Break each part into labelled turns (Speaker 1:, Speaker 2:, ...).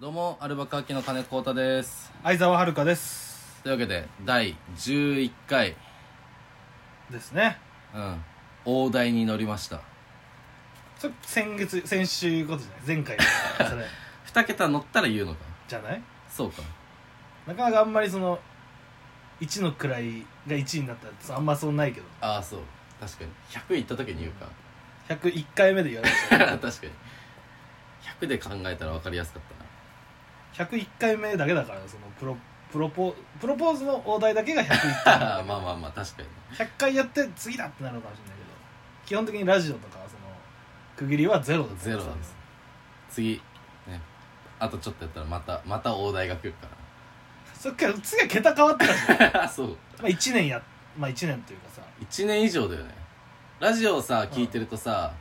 Speaker 1: どうもアルバカーキの金子太です
Speaker 2: 相沢遥です
Speaker 1: というわけで第11回、
Speaker 2: ですね
Speaker 1: うん、大台に乗りました
Speaker 2: それ先月先週ことじゃない前回のそれ
Speaker 1: 2桁乗ったら言うのか
Speaker 2: じゃない
Speaker 1: そうか
Speaker 2: なかなかあんまりその1の位が1になったらそのあんまそうないけど
Speaker 1: ああそう確かに100いった時に言うか
Speaker 2: 101回目で言われま
Speaker 1: 確かに100で考えたら分かりやすかったな
Speaker 2: した101回目だけだからそのプロプロポプロポーズの大題だけが101回
Speaker 1: あ ーまあまあまあ確かに
Speaker 2: 100回やって次だってなるかもしれないけど基本的にラジオとかはその区切りはゼロだと思って
Speaker 1: ゼ
Speaker 2: た
Speaker 1: ロです次ねあとちょっとやったらまたまた大台が来るか
Speaker 2: そっから次は桁変わったからね
Speaker 1: ら そう
Speaker 2: まあ1年やまあ1年というかさ
Speaker 1: 1年以上だよねラジオをさ聞いてるとさ、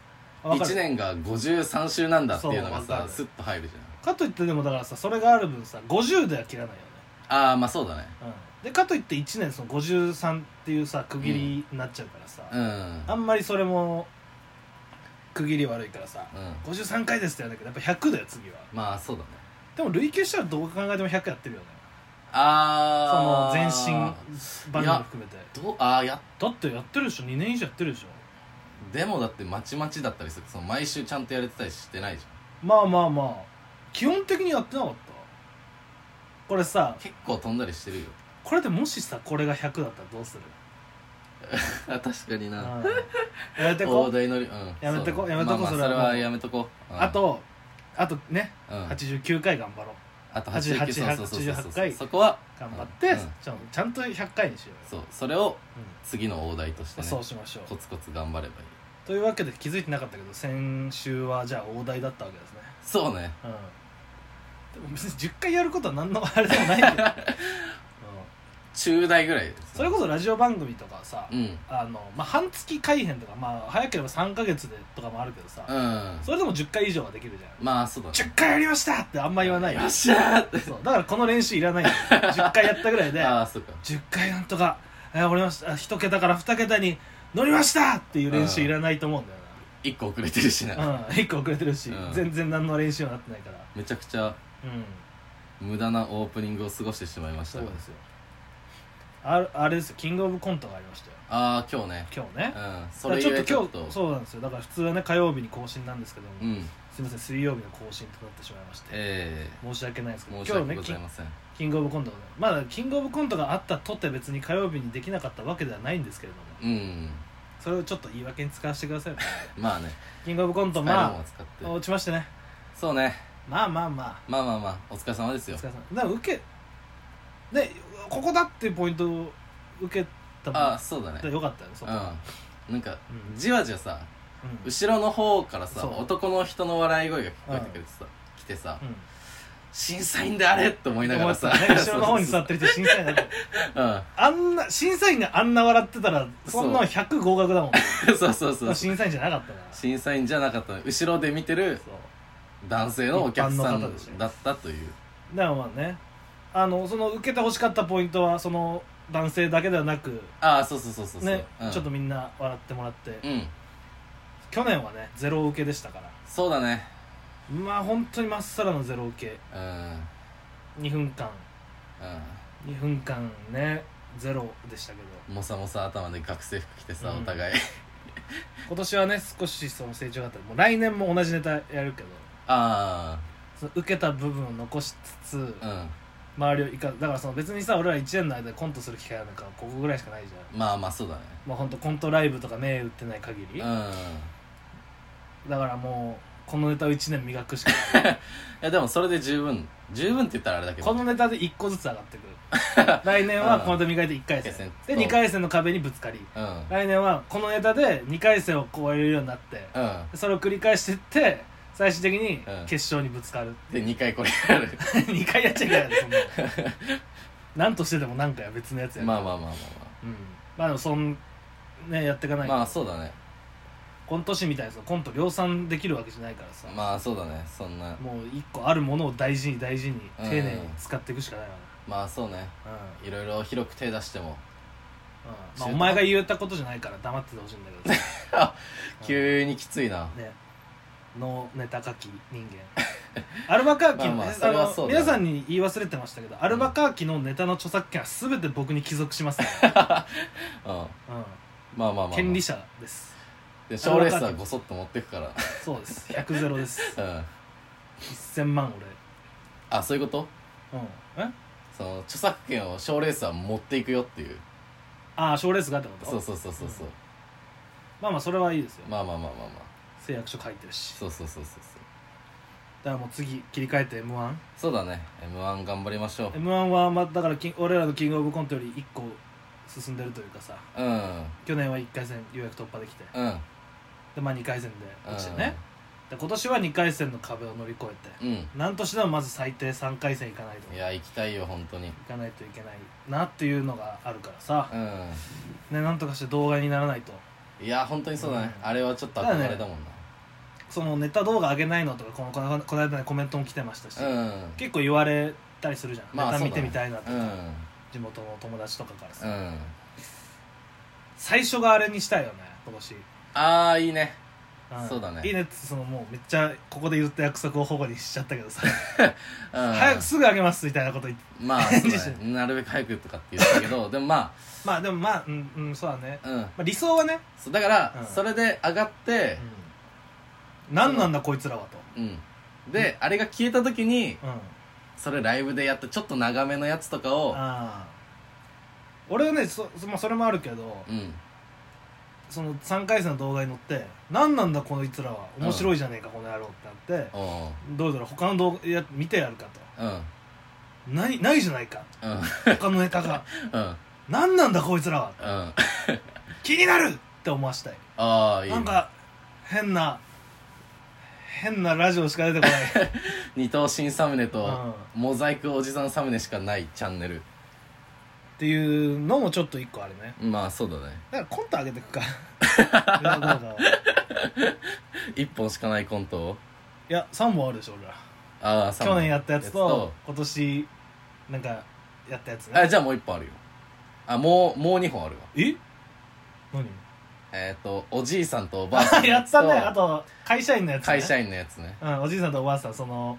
Speaker 2: わかる
Speaker 1: 1年が53週なんだっていうのが
Speaker 2: そうわ
Speaker 1: さ
Speaker 2: かる
Speaker 1: スッと入るじゃ
Speaker 2: かといってでもだからさそれがある分さ50では切らないよ
Speaker 1: んああまあそうだね
Speaker 2: ね、うん、でかといって1年その53っていうさ区切りになっちゃうからさ、
Speaker 1: うん
Speaker 2: あんまりそれも区切り悪いからさ、
Speaker 1: うん
Speaker 2: 53回ですってやるんだけどやっぱ100だよ次は
Speaker 1: まあそうだね
Speaker 2: でも累計したらどう考えても100やってるよねその
Speaker 1: ああ
Speaker 2: 全身バナナ含めて
Speaker 1: どうああや
Speaker 2: だってやってるでしょ2年以上やってるでしょ
Speaker 1: でもだってまちまちだったりするその毎週ちゃんとやれてたりしてないじゃ
Speaker 2: まあまあまあ基本的にやってなかったこれさ
Speaker 1: ん結構飛んだりしてる よ
Speaker 2: これでもしさこれが100だったらどうする、
Speaker 1: あ確かに
Speaker 2: うん
Speaker 1: な、
Speaker 2: やめ てこ
Speaker 1: 大台乗りうん
Speaker 2: やめと
Speaker 1: そ
Speaker 2: こ
Speaker 1: う
Speaker 2: やめ
Speaker 1: まあ
Speaker 2: とこ
Speaker 1: まあ
Speaker 2: そ
Speaker 1: そ
Speaker 2: れは
Speaker 1: れはやめとこうん
Speaker 2: あとあとね、
Speaker 1: うん
Speaker 2: 89回頑張ろう
Speaker 1: あと
Speaker 2: 88
Speaker 1: 88そうそうそうそう
Speaker 2: 88回
Speaker 1: そこは
Speaker 2: 頑張って、
Speaker 1: うん
Speaker 2: ちゃんちゃんと100回にしようよ
Speaker 1: そうそれを
Speaker 2: うん
Speaker 1: 次の大台としてね
Speaker 2: そうしましょ
Speaker 1: コ
Speaker 2: う
Speaker 1: ツコツ頑張ればいい
Speaker 2: というわけで気づいてなかったけど先週はじゃあ大台だったわけですね
Speaker 1: そうね
Speaker 2: うんでも別に10回やることは何のあれでも ないけど、うん
Speaker 1: 中台ぐらいです
Speaker 2: それこそラジオ番組とかさ、
Speaker 1: うん
Speaker 2: あのまあ、半月改編とか、まあ、早ければ3か月でとかもあるけどさ、
Speaker 1: うん
Speaker 2: それでも10回以上はできるじゃん
Speaker 1: まあそうだね
Speaker 2: 10回やりましたってあんま言わないよ
Speaker 1: よっしゃーって
Speaker 2: そうだからこの練習いらないよ10回やったぐらい で
Speaker 1: ああそうか
Speaker 2: 10回なんとかえー降りましたあ1桁から2桁に乗りましたっていう練習いらないと思うんだよ
Speaker 1: 一個遅れてるしな、
Speaker 2: な、うん、1個遅れ てるし、
Speaker 1: うん
Speaker 2: 全然何の練習にもなってないから
Speaker 1: めちゃくちゃ
Speaker 2: うん
Speaker 1: 無駄なオープニングを過ごしてしまいまし
Speaker 2: そ
Speaker 1: た
Speaker 2: う
Speaker 1: が
Speaker 2: ですよあるあれですよキングオブコントがありましたよ
Speaker 1: ああ今日ね
Speaker 2: 今日ね、
Speaker 1: うん
Speaker 2: だ
Speaker 1: そ
Speaker 2: から
Speaker 1: れ
Speaker 2: ちょ
Speaker 1: ゆ
Speaker 2: っ
Speaker 1: え
Speaker 2: と
Speaker 1: ちょ
Speaker 2: 今
Speaker 1: っと
Speaker 2: 日そうなんですよだから普通はね火曜日に更新なんですけども、
Speaker 1: うん
Speaker 2: すいません水曜日の更新となってしまいまして
Speaker 1: え
Speaker 2: 申し訳ないですけ
Speaker 1: え
Speaker 2: ど
Speaker 1: 申し
Speaker 2: 今日
Speaker 1: 訳
Speaker 2: ね
Speaker 1: ござ
Speaker 2: キ
Speaker 1: い
Speaker 2: ン
Speaker 1: ません、
Speaker 2: キングオブコントがねまだキングオブコントがあったとって別に火曜日にできなかったわけではないんですけれども
Speaker 1: うん
Speaker 2: それをちょっと言い訳に使わせてください
Speaker 1: まあね
Speaker 2: キングオブコント
Speaker 1: 使えるもん
Speaker 2: ま
Speaker 1: は使って
Speaker 2: あ落ちましてね
Speaker 1: そうね
Speaker 2: まあまあま
Speaker 1: まあまあまあお疲れ様です
Speaker 2: あ
Speaker 1: よ
Speaker 2: 塚田さんだから受けねここだっていうポイントを受けたもん
Speaker 1: ああそうだね
Speaker 2: だからよかったよねそこは
Speaker 1: うんなんか
Speaker 2: うん
Speaker 1: じわじわさ
Speaker 2: うん
Speaker 1: 後ろの方からさ
Speaker 2: そう
Speaker 1: 男の人の笑い声が聞こえてくるてさ、来てさ、
Speaker 2: うん
Speaker 1: 審査員であれって思いながらさ、
Speaker 2: 思ってたね後ろの方に座ってる人審査員だって
Speaker 1: う
Speaker 2: あんな審査員があんな笑ってたらそんなの100合格だもん
Speaker 1: んそうそうそう
Speaker 2: 審査員じゃなかったから
Speaker 1: 審査員じゃなかった後ろで見てる
Speaker 2: そう
Speaker 1: 男性のお客さ
Speaker 2: 一般の方でし
Speaker 1: ん
Speaker 2: ょ
Speaker 1: だったという
Speaker 2: だからまあねあのその受けてほしかったポイントはその男性だけではなく
Speaker 1: ああそうそうそうそうそう
Speaker 2: ね
Speaker 1: うん、
Speaker 2: ちょっとみんな笑ってもらって
Speaker 1: うん
Speaker 2: 去年はねゼロ受けでしたから
Speaker 1: そうだね
Speaker 2: まあ本当にまっさらのゼロ受け
Speaker 1: うんうん
Speaker 2: 2分間2分間ねゼロでしたけど
Speaker 1: もさもさ頭で学生服着てさ、
Speaker 2: うん
Speaker 1: お互い
Speaker 2: 今年はね少しその成長があったもう来年も同じネタやるけど
Speaker 1: あ
Speaker 2: その受けた部分を残しつつ、
Speaker 1: あうん
Speaker 2: 周りをいかだからその別にさ俺ら1年の間でコントする機会なんかここぐらいしかないじゃん
Speaker 1: まあまあそうだね
Speaker 2: まあ本当コントライブとか目打ってない限り
Speaker 1: うんい
Speaker 2: だからもうこのネタを1年磨くしか ない
Speaker 1: やでもそれで十分十分って言ったらあれだけど
Speaker 2: このネタで1個ずつ上がって くる来年はこのネタ磨いて1回
Speaker 1: 一回
Speaker 2: 戦
Speaker 1: 戦
Speaker 2: で2回戦の壁にぶつかり
Speaker 1: うんうん
Speaker 2: 来年はこのネタで2回戦を超えれるようになってそれを繰り返していって最終的に
Speaker 1: うん
Speaker 2: 決勝にぶつかる、
Speaker 1: で2回これやる
Speaker 2: 2回やっちゃいけないのそ んなの何としてでも何回は別のやつやる
Speaker 1: まあまあまあまあ
Speaker 2: うんまあでもそんねやっていか
Speaker 1: まあ
Speaker 2: ない
Speaker 1: ま
Speaker 2: と
Speaker 1: あそうだね
Speaker 2: 今年みたいにそのコント量産できるわけじゃないからさ、
Speaker 1: まあそうだねそんな
Speaker 2: もう一個あるものを大事に大事に
Speaker 1: うん
Speaker 2: 丁寧に使っていくしかないわ
Speaker 1: まあそうね
Speaker 2: な、うん
Speaker 1: いろいろ広く手出しても
Speaker 2: うんまあ、お前が言ったことじゃないから黙っててほしいん だけどさ
Speaker 1: 急にきついな
Speaker 2: ねのネタ書き人間アルバカーキの、
Speaker 1: まあまあ
Speaker 2: え
Speaker 1: それはそうだ
Speaker 2: 皆さんに言い忘れてましたけどアルバカーキのネタの著作権は全て僕に帰属します ね、
Speaker 1: ま
Speaker 2: う
Speaker 1: あまあまあ、まあ、
Speaker 2: ん、権利者です
Speaker 1: で賞レースはごそっと持ってくから
Speaker 2: そうです100ゼロです
Speaker 1: うん
Speaker 2: 1000万
Speaker 1: あそういうこと
Speaker 2: 俺、うん、え
Speaker 1: その著作権を賞レースは持っていくよっていう
Speaker 2: ああ賞レースがってこと
Speaker 1: そうそうそうそうそう
Speaker 2: まあまあそれはいいですよ、
Speaker 1: まあまあまあまあまあ
Speaker 2: 誓約書書いてるし
Speaker 1: そうそうそうそうそう
Speaker 2: だからもう次切り替えて m 1
Speaker 1: そうだね m 1頑張りましょう
Speaker 2: m 1はまあだからキン俺らのキングオブコントより1個進んでるというかさ
Speaker 1: うん
Speaker 2: 去年は1回戦ようやく突破できて
Speaker 1: うん
Speaker 2: でまあ2回戦で
Speaker 1: うん
Speaker 2: 落ちてね、で今年は2回戦の壁を乗り越えて
Speaker 1: うん
Speaker 2: 何としてもまず最低3回戦いかないと
Speaker 1: い
Speaker 2: い
Speaker 1: や行きたいよ本当に
Speaker 2: かないといけないなっていうのがあるからさ
Speaker 1: う、
Speaker 2: ね、なんとかして動画にならないと
Speaker 1: んいや本当にそうだね
Speaker 2: うん
Speaker 1: あれはちょっと憧れだもん
Speaker 2: そのネタ動画上げないのとかこのこのこの間ねコメントも来てましたし、
Speaker 1: なうん
Speaker 2: 結構言われたりするじゃん、
Speaker 1: まあ
Speaker 2: ネタ
Speaker 1: そう
Speaker 2: 見
Speaker 1: だ
Speaker 2: て
Speaker 1: ね
Speaker 2: みたいなと
Speaker 1: う
Speaker 2: か、
Speaker 1: ん
Speaker 2: 地元の友達とかからさ、
Speaker 1: うん
Speaker 2: 最初があれにしたいよね今年、
Speaker 1: ああいいね
Speaker 2: ん
Speaker 1: そうだね
Speaker 2: いいねってそのもうめっちゃここで言った約束を保護にしちゃったけどさ、
Speaker 1: うん
Speaker 2: 早くすぐ上げますみたいなこと言って
Speaker 1: ま あそうだねなるべく早くとかって言ったけどでもま
Speaker 2: まあでもまあうん、うん、そうだね、
Speaker 1: あうん
Speaker 2: まあ、理想はね、
Speaker 1: そうだから、
Speaker 2: うん
Speaker 1: それで上がって、
Speaker 2: うん、何なんだこいつらはと
Speaker 1: うん、で、あれが消えた時に
Speaker 2: うん
Speaker 1: それライブでやったちょっと長めのやつとかを
Speaker 2: ああ俺はねそ,、まあ、それもあるけど、
Speaker 1: うん
Speaker 2: その3回戦の動画に載って何なんだこいつらは面白いじゃねえか、この野郎ってなって
Speaker 1: おう
Speaker 2: どうだろう他の動画や見てやるかと
Speaker 1: うんうん
Speaker 2: ないないじゃないか
Speaker 1: うん
Speaker 2: 他のネタが
Speaker 1: うん
Speaker 2: 何なんだこいつらは
Speaker 1: あ
Speaker 2: 気になるって思わしたい
Speaker 1: あーいい、ね、
Speaker 2: なんか変な変なラジオしか出てこない、
Speaker 1: 二頭身サムネと、
Speaker 2: うん、っ
Speaker 1: モザイクおじさんサムネしかないチャンネル
Speaker 2: ていうのもちょっと一個あるね
Speaker 1: まあそうだね
Speaker 2: だからコント上げてくか裏動画を
Speaker 1: 一本しかないコントを
Speaker 2: いや3本あるでしょ俺ら
Speaker 1: ああ
Speaker 2: 去年やったやつと今年なんかやったやつ
Speaker 1: あ
Speaker 2: ね
Speaker 1: じゃあもう一本あるよあもうもう二本あるわ
Speaker 2: え何
Speaker 1: えっ、とおじいさんとおばあさんの
Speaker 2: や
Speaker 1: や
Speaker 2: っ
Speaker 1: つと
Speaker 2: たねあと会社員のやつ、ね、
Speaker 1: 会社員のやつね
Speaker 2: うんおじいさんとおばあさんその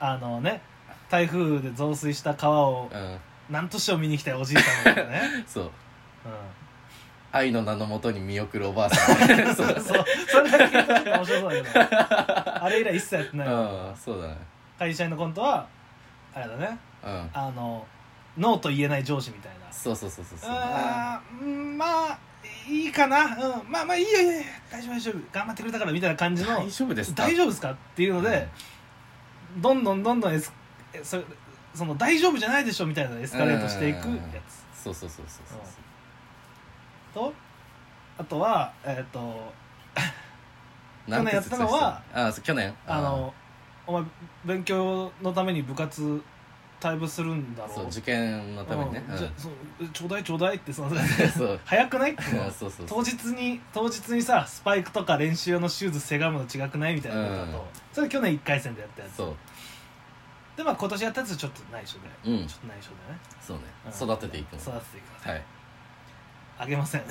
Speaker 2: あのね台風で増水した川を
Speaker 1: うん
Speaker 2: 何としても見に来たいおじいさんのやつ ね、
Speaker 1: そう
Speaker 2: う
Speaker 1: 愛の名のもとに見送るおばあさん
Speaker 2: ん、そ
Speaker 1: そうう
Speaker 2: そうそれだけ聞いたら面白そうだけどあれ以来一切やってない、
Speaker 1: うんそうだね
Speaker 2: 会社員のコントはあれだね
Speaker 1: うん
Speaker 2: あのノーと言えない上司みたいな
Speaker 1: そうそうそうそうそう
Speaker 2: あーうんまあいいかな、うん、まあまあいいよいいよいいよ大丈夫大丈夫頑張ってくれたからみたいな感じの
Speaker 1: 大丈夫ですか
Speaker 2: 大丈夫ですかっていうので、どんどんどんどんエスえそその大丈夫じゃないでしょみたいなのをエスカレートしていく
Speaker 1: うん
Speaker 2: やつ
Speaker 1: そうそうそうそうそう
Speaker 2: とあとはえっ、と
Speaker 1: なんて
Speaker 2: 去年やったのは
Speaker 1: 説明したあそう去年
Speaker 2: あのお前勉強のために部活退部するんだ
Speaker 1: あ
Speaker 2: ろ
Speaker 1: ーそう受験のためにね
Speaker 2: う
Speaker 1: うんん
Speaker 2: じゃそうちょうだいちょうだいってその
Speaker 1: そう
Speaker 2: 早くないって
Speaker 1: うん そうそうそ
Speaker 2: 当
Speaker 1: う
Speaker 2: 日に当日にさスパイクとか練習用のシューズせがむの違くないみたいなこと
Speaker 1: う
Speaker 2: だと、
Speaker 1: ん
Speaker 2: それ去年1回戦でやったやつ
Speaker 1: そう
Speaker 2: でまあ今年やったやつちょっと内緒で、
Speaker 1: うん
Speaker 2: ちょっと内緒でね、
Speaker 1: そうね
Speaker 2: うん
Speaker 1: 育てていくの
Speaker 2: 育てていくの
Speaker 1: はい
Speaker 2: あげ ません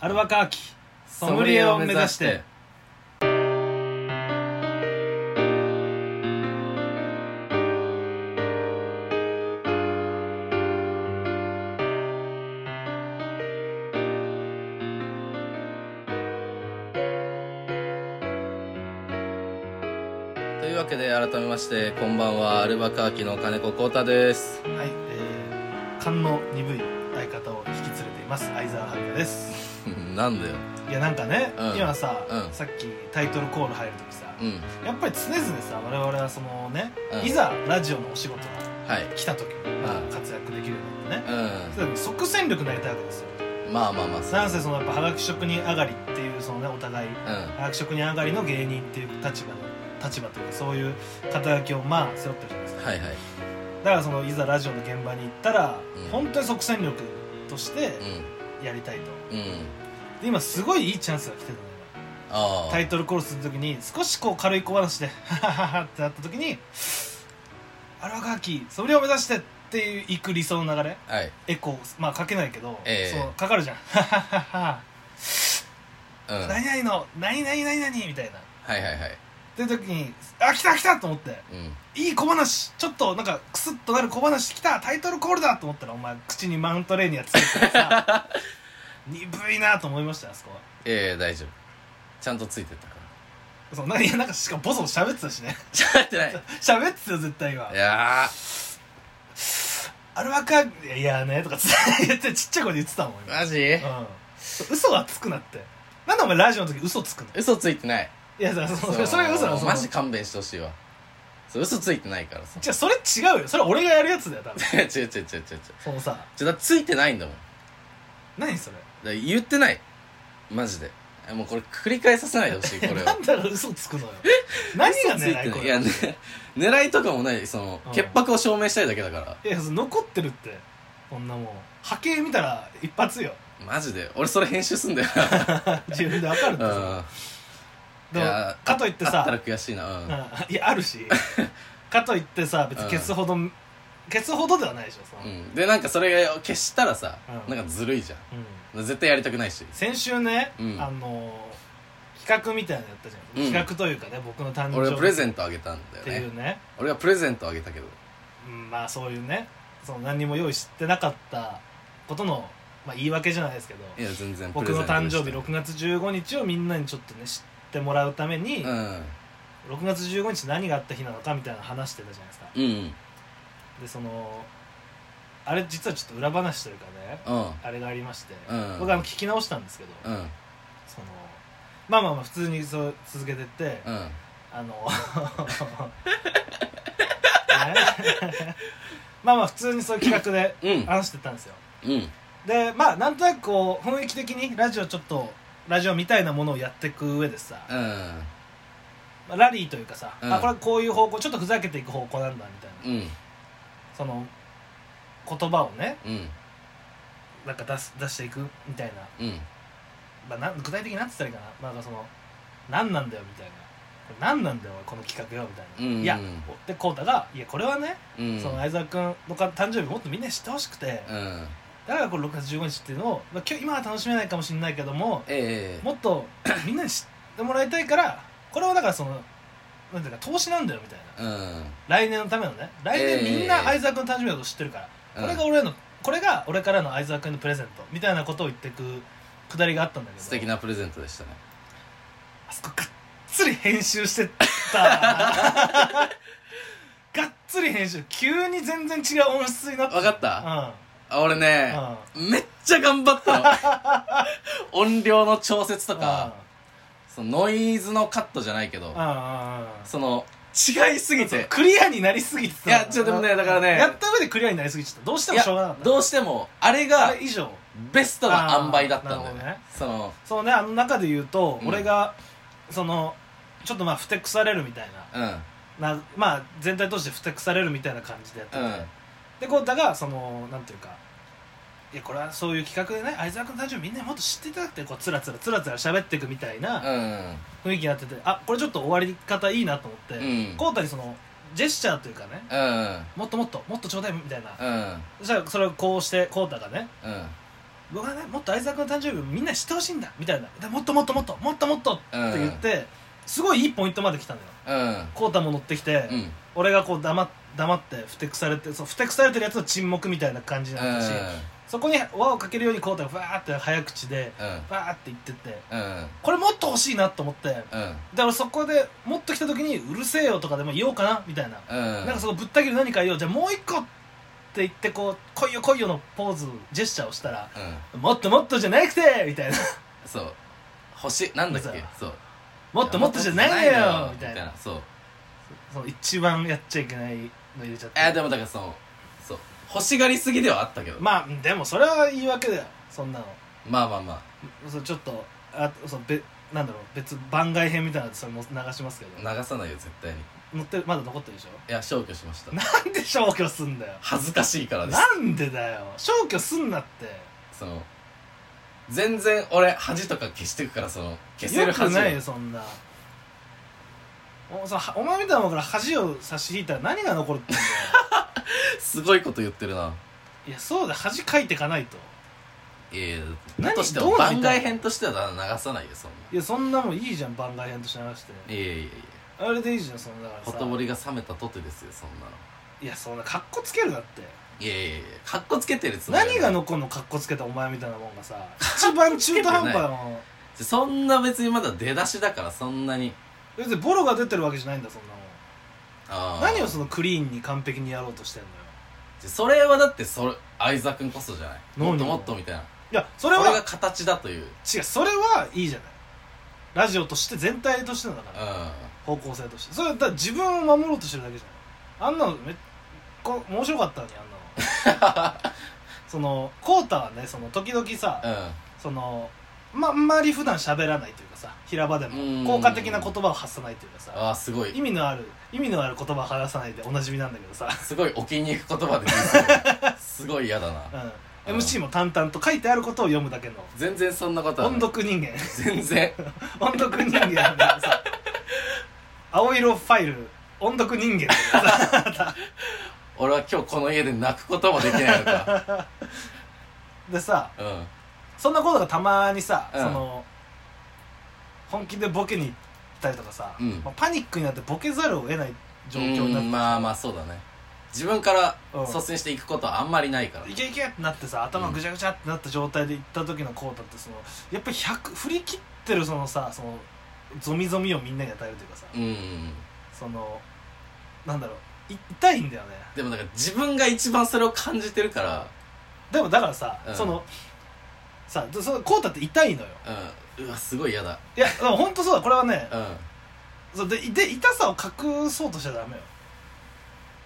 Speaker 2: アルバカーキソムリエを目指して
Speaker 1: というわけで改めましてこんばんはアルバカーキの金子浩太です
Speaker 2: はいえー、勘の鈍い相方を引き連れています相沢遥です
Speaker 1: うんなんだよ
Speaker 2: いやなんかね、
Speaker 1: うん
Speaker 2: 今さ、
Speaker 1: うん
Speaker 2: さっきタイトルコール入る時さ、
Speaker 1: うん
Speaker 2: やっぱり常々さ我々はそのね、
Speaker 1: うん
Speaker 2: いざラジオのお仕事が
Speaker 1: はい
Speaker 2: 来た時に、まあ、活躍できるようになってね、
Speaker 1: う
Speaker 2: 即戦力になりたいわけですよ
Speaker 1: んまあまあまあ
Speaker 2: なんせそのやっぱはがき職人上がりっていうそのねお互いはがき職人上がりの芸人っていう立場の立場というかそういう肩書きをまあ背負ってるじゃないです
Speaker 1: うん
Speaker 2: か
Speaker 1: はいはい
Speaker 2: だからそのいざラジオの現場に行ったら、
Speaker 1: うん
Speaker 2: 本当に即戦力として
Speaker 1: う
Speaker 2: やりたいと
Speaker 1: んうん
Speaker 2: で今すごいいいチャンスが来てたのよ
Speaker 1: ああ
Speaker 2: タイトルコールする時に少しこう軽い小話で「ハハハハ」ってなった時に「アルバカーキそれを目指して」っていう行く理想の流れ
Speaker 1: はい
Speaker 2: エコーまあかけないけど、
Speaker 1: ええ
Speaker 2: そうかかるじゃん「ハハハハ」
Speaker 1: うんはい
Speaker 2: 何々の何々何々みたいな
Speaker 1: はいはい
Speaker 2: っていう時にあ来た来たと思って
Speaker 1: うん
Speaker 2: いい小話ちょっとなんかクスッとなる小話来たタイトルコールだと思ったらお前口にマウントレーニアつけてさ 鈍いなと思いましたよあそこは
Speaker 1: えやいや大丈夫ちゃんとついてったから
Speaker 2: そうなんかいやなんかしかもボソボソ喋ってたしね
Speaker 1: しゃべってない
Speaker 2: 喋ってたよ絶対今
Speaker 1: いやー
Speaker 2: あれわかんいやいやねとかつ言ってちっちゃい声で言ってたもん今
Speaker 1: マジ
Speaker 2: うん嘘はつくなってなんでお前ラジオの時嘘つくの
Speaker 1: 嘘ついてない
Speaker 2: いやさ そそそれが嘘なのその
Speaker 1: マジ勘弁してほしいわそう嘘ついてないからさ
Speaker 2: じゃそれ違うよそれ俺がやるやつだよ多分
Speaker 1: 違う違う違う違う違う
Speaker 2: そのさ
Speaker 1: ちょだってついてないんだもんだか
Speaker 2: 何それ
Speaker 1: ら言ってないマジでえもうこれ繰り返させないでほしいこれを
Speaker 2: なんだろう嘘つくのよ何が
Speaker 1: 嘘ついて
Speaker 2: 狙いこ
Speaker 1: ない
Speaker 2: れ
Speaker 1: いや、ね、狙いとかもないその
Speaker 2: うん
Speaker 1: 潔白を証明したいだけだから
Speaker 2: いやその残ってるってこんなもん波形見たら一発よ
Speaker 1: マジで俺それ編集すんだよ
Speaker 2: 自分で分かるって
Speaker 1: う
Speaker 2: さ
Speaker 1: ん
Speaker 2: でも
Speaker 1: いや
Speaker 2: かといって
Speaker 1: あったら
Speaker 2: さ
Speaker 1: 悔しいなうん
Speaker 2: うんいやあ るしかといってさ別に消すほど、消すほどではないでしょその、
Speaker 1: うん、でなんかそれを消したらさ、
Speaker 2: うん
Speaker 1: なんかずるいじゃん
Speaker 2: うん
Speaker 1: 絶対やりたくないし
Speaker 2: 先週ね、
Speaker 1: うん
Speaker 2: あのー企画みたいなのやったじゃん、
Speaker 1: うん
Speaker 2: 企画というかね僕の誕生
Speaker 1: 俺
Speaker 2: 日
Speaker 1: はプレ
Speaker 2: っ
Speaker 1: ゼントあげたんだよ
Speaker 2: てい
Speaker 1: ね
Speaker 2: うね
Speaker 1: 俺はプレゼントあげたけど
Speaker 2: うんまあそういうねその何にも用意してなかったことの、まあ、言い訳じゃないですけど
Speaker 1: いや全然プレ
Speaker 2: 僕
Speaker 1: ゼント
Speaker 2: の誕生日
Speaker 1: でし
Speaker 2: 6月15日をみんなにちょっとね知ってもらうために、
Speaker 1: たうん
Speaker 2: 6月15日何があった日なのかみたいな話してたじゃないですか
Speaker 1: うんうん
Speaker 2: でそのあれ実はちょっと裏話というかね
Speaker 1: うん
Speaker 2: あれがありまして、
Speaker 1: うん
Speaker 2: 僕あの聞き直したんですけど、
Speaker 1: うん
Speaker 2: そのまあまあまあ普通にそう続けてって、
Speaker 1: うん
Speaker 2: あの ねまあまあ普通にそういう企画で
Speaker 1: うん
Speaker 2: 話してたんですよ
Speaker 1: うん
Speaker 2: でまあなんとなくこう雰囲気的にラジオちょっとラジオみたいなものをやっていく上でさ、
Speaker 1: うん
Speaker 2: まあラリーというかさ、
Speaker 1: うん
Speaker 2: あこれはこういう方向ちょっとふざけていく方向なんだみたいな
Speaker 1: うん
Speaker 2: その言葉をね
Speaker 1: うん
Speaker 2: なんか出す出していくみたいな,、
Speaker 1: うん
Speaker 2: まあ、なん具体的になんつったらいいかな、まあ、なんかその何なんだよみたいなこれ何なんだよおいこの企画よみたいな、
Speaker 1: うん
Speaker 2: いやで浩太が「いやこれはね
Speaker 1: うん
Speaker 2: その相沢君のか誕生日もっとみんなに知ってほしくて、
Speaker 1: うん
Speaker 2: だからこれ6月15日っていうのを、まあ、今日今は楽しめないかもしれないけども
Speaker 1: ええ
Speaker 2: もっ とみんなに知ってもらいたいからこれはだからそのなんていうか投資なんだよみたいな
Speaker 1: うん
Speaker 2: 来年のためのね来
Speaker 1: ええ
Speaker 2: 年みんな相沢君の誕生日のこと知ってるから、これが俺のこれが俺からの相沢君のプレゼントみたいなことを言ってくくだりがあったんだけど
Speaker 1: 素敵なプレゼントでしたね
Speaker 2: あそこがっつり編集して たがっつり編集急に全然違う音質になって
Speaker 1: わかった
Speaker 2: た
Speaker 1: あ俺ね
Speaker 2: うんうん
Speaker 1: めっちゃ頑張 ったの音量の調節とかそのノイズのカットじゃないけど
Speaker 2: うんうんうん
Speaker 1: その違いすぎ
Speaker 2: そう
Speaker 1: て
Speaker 2: クリアになりすぎてた
Speaker 1: いやちょっとでもねだからね
Speaker 2: やった上でクリアになりすぎちゃったどうして
Speaker 1: い
Speaker 2: も
Speaker 1: や
Speaker 2: しょうがなかった
Speaker 1: どうしてもあれ
Speaker 2: あ
Speaker 1: が
Speaker 2: れ以上
Speaker 1: ベストな塩梅だったんだよ
Speaker 2: あーなる
Speaker 1: ねその
Speaker 2: そうねあの中で言うと、
Speaker 1: うん
Speaker 2: 俺がそのちょっとまあふてくされるみたい
Speaker 1: うん
Speaker 2: ななまあ全体としてふてくされるみたいな感じでやってて、
Speaker 1: うん
Speaker 2: で浩太がそのなんていうかいやこれはそういう企画でね相沢君の誕生日みんなにもっと知っていただくってこうつらつらつらつら喋っていくみたいな
Speaker 1: うん
Speaker 2: 雰囲気になってて、あこれちょっと終わり方いいなと思って
Speaker 1: うん
Speaker 2: 浩太、にそのジェスチャーというかね
Speaker 1: うん
Speaker 2: もっともっともっとちょうだいみたいな、
Speaker 1: うん
Speaker 2: そしたらそれをこうして浩太がね
Speaker 1: うん
Speaker 2: 僕はねもっと相沢君の誕生日をみんなに知ってほしいんだみたいなでもっともっともっともっともっとって言って、すごいいいポイントまで来たのよ
Speaker 1: うん
Speaker 2: 浩太も乗ってきて、
Speaker 1: うん
Speaker 2: 俺がこう黙っ黙ってふてくされてそうふてくされてるやつの沈黙みたいな感じになったし、そこに輪をかけるように浩太がふわーって早口で
Speaker 1: うん
Speaker 2: ふわーって言ってって
Speaker 1: うん
Speaker 2: これもっと欲しいなと思ってだ
Speaker 1: うん
Speaker 2: からそこでもっと来た時にうるせえよとかでも言おうかなみたいな
Speaker 1: うん
Speaker 2: なんかそのぶった切る何か言おうじゃあもう一個って言ってこう「来いよ来いよ」のポーズジェスチャーをしたら
Speaker 1: うん
Speaker 2: 「もっともっとじゃなくて!」みた いな
Speaker 1: そう星なんだっけそう
Speaker 2: 「もっともっとじゃないんだよ!」みたいな
Speaker 1: そう
Speaker 2: その一番やっちゃいけないの入れちゃって
Speaker 1: えでもだからそのそう欲しがりすぎではあったけどま
Speaker 2: まあでもそれは言い訳だよそんなの
Speaker 1: あまあま
Speaker 2: そうちょっとあそうべなんだろう別番外編みたいなのそれも流しますけど
Speaker 1: あ流さないよ絶対に
Speaker 2: 乗ってるまだ残ってるでしょ
Speaker 1: いや消去しました
Speaker 2: なんで消去すんだよ
Speaker 1: 恥ずかしいからです
Speaker 2: なんでだよ消去すんなって
Speaker 1: その全然俺恥とか消してくからその消せる
Speaker 2: よく
Speaker 1: 恥を
Speaker 2: ないよそんなおそお前みたいなもんから恥を差し引いたら何が残るってん だよ
Speaker 1: すごいこと言ってるない
Speaker 2: やそうだ恥かいていかないと
Speaker 1: ええ
Speaker 2: 何
Speaker 1: だとして
Speaker 2: ど
Speaker 1: も
Speaker 2: うなりたい
Speaker 1: 番外編としては流さないよそんない
Speaker 2: やそんなもんいいじゃん番外編として流して
Speaker 1: いやいやいや
Speaker 2: あれでいいじゃんそのだから
Speaker 1: ほ
Speaker 2: さ
Speaker 1: とぼりが冷めたとてですよそんない
Speaker 2: やそんなかっこつけるなって
Speaker 1: のいやいやいやかっこつけてるつもりはない
Speaker 2: 何が残んのかっこつけたお前みたいなもんがさ一番中途半端 の
Speaker 1: そんな別にまだ出だしだからそんなに
Speaker 2: 別にボロが出てるわけじゃないんだそんなもん
Speaker 1: あー
Speaker 2: 何をそのクリーンに完璧にやろうとしてんのよ
Speaker 1: それはだってそれ相沢君こそじゃないも
Speaker 2: 何
Speaker 1: っともっとみたいない
Speaker 2: やそ
Speaker 1: こ
Speaker 2: れ
Speaker 1: れ
Speaker 2: は
Speaker 1: が形だという
Speaker 2: 違うそれはいいじゃないラジオとして全体としてのだから
Speaker 1: う
Speaker 2: 方向性としてそれはだから自分を守ろうとしてるだけじゃないあんなのめっこ面白かったのにあんなの その浩太はねその時々さ、
Speaker 1: ん
Speaker 2: そのまあんまり普段喋らないというかさ平場で
Speaker 1: うん
Speaker 2: も効果的な言葉を発さないというかさ
Speaker 1: ああすご
Speaker 2: 意
Speaker 1: い
Speaker 2: 味のある意味のある言葉を話さないでおなじみなんだけどさ、
Speaker 1: すごい置きに行く言葉で言うすごい嫌だな
Speaker 2: う、
Speaker 1: うんん
Speaker 2: MC も淡々と書いてあることを読むだけの
Speaker 1: 全然そんなことはな
Speaker 2: 音
Speaker 1: い
Speaker 2: 読人間
Speaker 1: 全然
Speaker 2: 音読人間なんだからさ青色ファイル音読人間だからさ
Speaker 1: 俺は今日この家で泣くこともできないのか
Speaker 2: でさ
Speaker 1: うんうん
Speaker 2: そんなことがたまにさ、
Speaker 1: うん
Speaker 2: その本気でボケに行ったりとかさ、
Speaker 1: うん
Speaker 2: まあ、パニックになってボケざるを得ない状況になって
Speaker 1: まあまあそうだね自分から
Speaker 2: うん
Speaker 1: 率先していくことはあんまりないから
Speaker 2: いけいけってなってさ頭ぐちゃぐちゃってなった状態で行った時のコータってそのやっぱり100振り切ってるそのさそのゾミゾミをみんなに与えるというかさ、
Speaker 1: うん
Speaker 2: そのなんだろうい痛いんだよね
Speaker 1: でもなんか自分が一番それを感じてるから
Speaker 2: でもだからさ、
Speaker 1: うん
Speaker 2: そのさそのコータって痛いのよ
Speaker 1: うんうわすごい嫌だ
Speaker 2: いやでも本当そうだこれはね
Speaker 1: うん
Speaker 2: そうでで痛さを隠そうとしちゃダメよ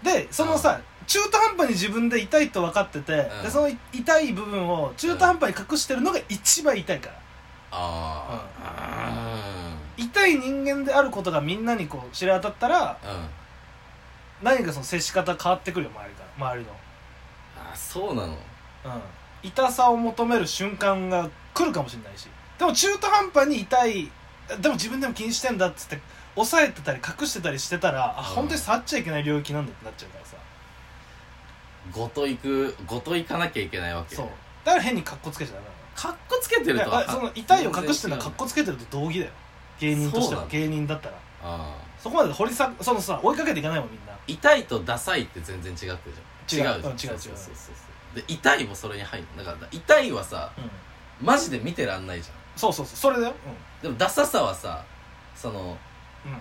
Speaker 2: でそのさ、中途半端に自分で痛いと分かってて、
Speaker 1: うん
Speaker 2: でその痛い部分を中途半端に隠してるのが一番痛いから、
Speaker 1: ああ
Speaker 2: 痛い人間であることがみんなにこう知れ渡ったら
Speaker 1: うん、うん、
Speaker 2: 何かその接し方変わってくるよ周りから周り
Speaker 1: あそうなの
Speaker 2: の、うん、痛さを求める瞬間が来るかもしれないしでも中途半端に痛いでも自分でも気にしてんだっつって抑えてたり隠してたりしてたらあ
Speaker 1: うん
Speaker 2: 本当に触っちゃいけない領域なんだってなっちゃうからさ、
Speaker 1: ごと行くごと行かなきゃいけないわけ
Speaker 2: そうだから変にカッコつけちゃダメなの
Speaker 1: かっこつけてる
Speaker 2: い
Speaker 1: と
Speaker 2: や
Speaker 1: は
Speaker 2: あその痛いを隠してる
Speaker 1: 全然違う
Speaker 2: のは
Speaker 1: ね
Speaker 2: かっこつけてると同義だよ芸人と
Speaker 1: そ
Speaker 2: して
Speaker 1: うな
Speaker 2: は
Speaker 1: の
Speaker 2: 芸人だったら
Speaker 1: あー
Speaker 2: そこまで掘りさそのさ追いかけていかないもんみんな
Speaker 1: 痛いとダサいって全然違ってるじゃん
Speaker 2: 違ううん違う
Speaker 1: じゃんそう
Speaker 2: 違う
Speaker 1: そうそうそうで痛いもそれに入るだから痛いはさ
Speaker 2: うん
Speaker 1: マジで見てらんないじゃ
Speaker 2: そうそうそうそれだよ
Speaker 1: んでもダサさはさその
Speaker 2: うん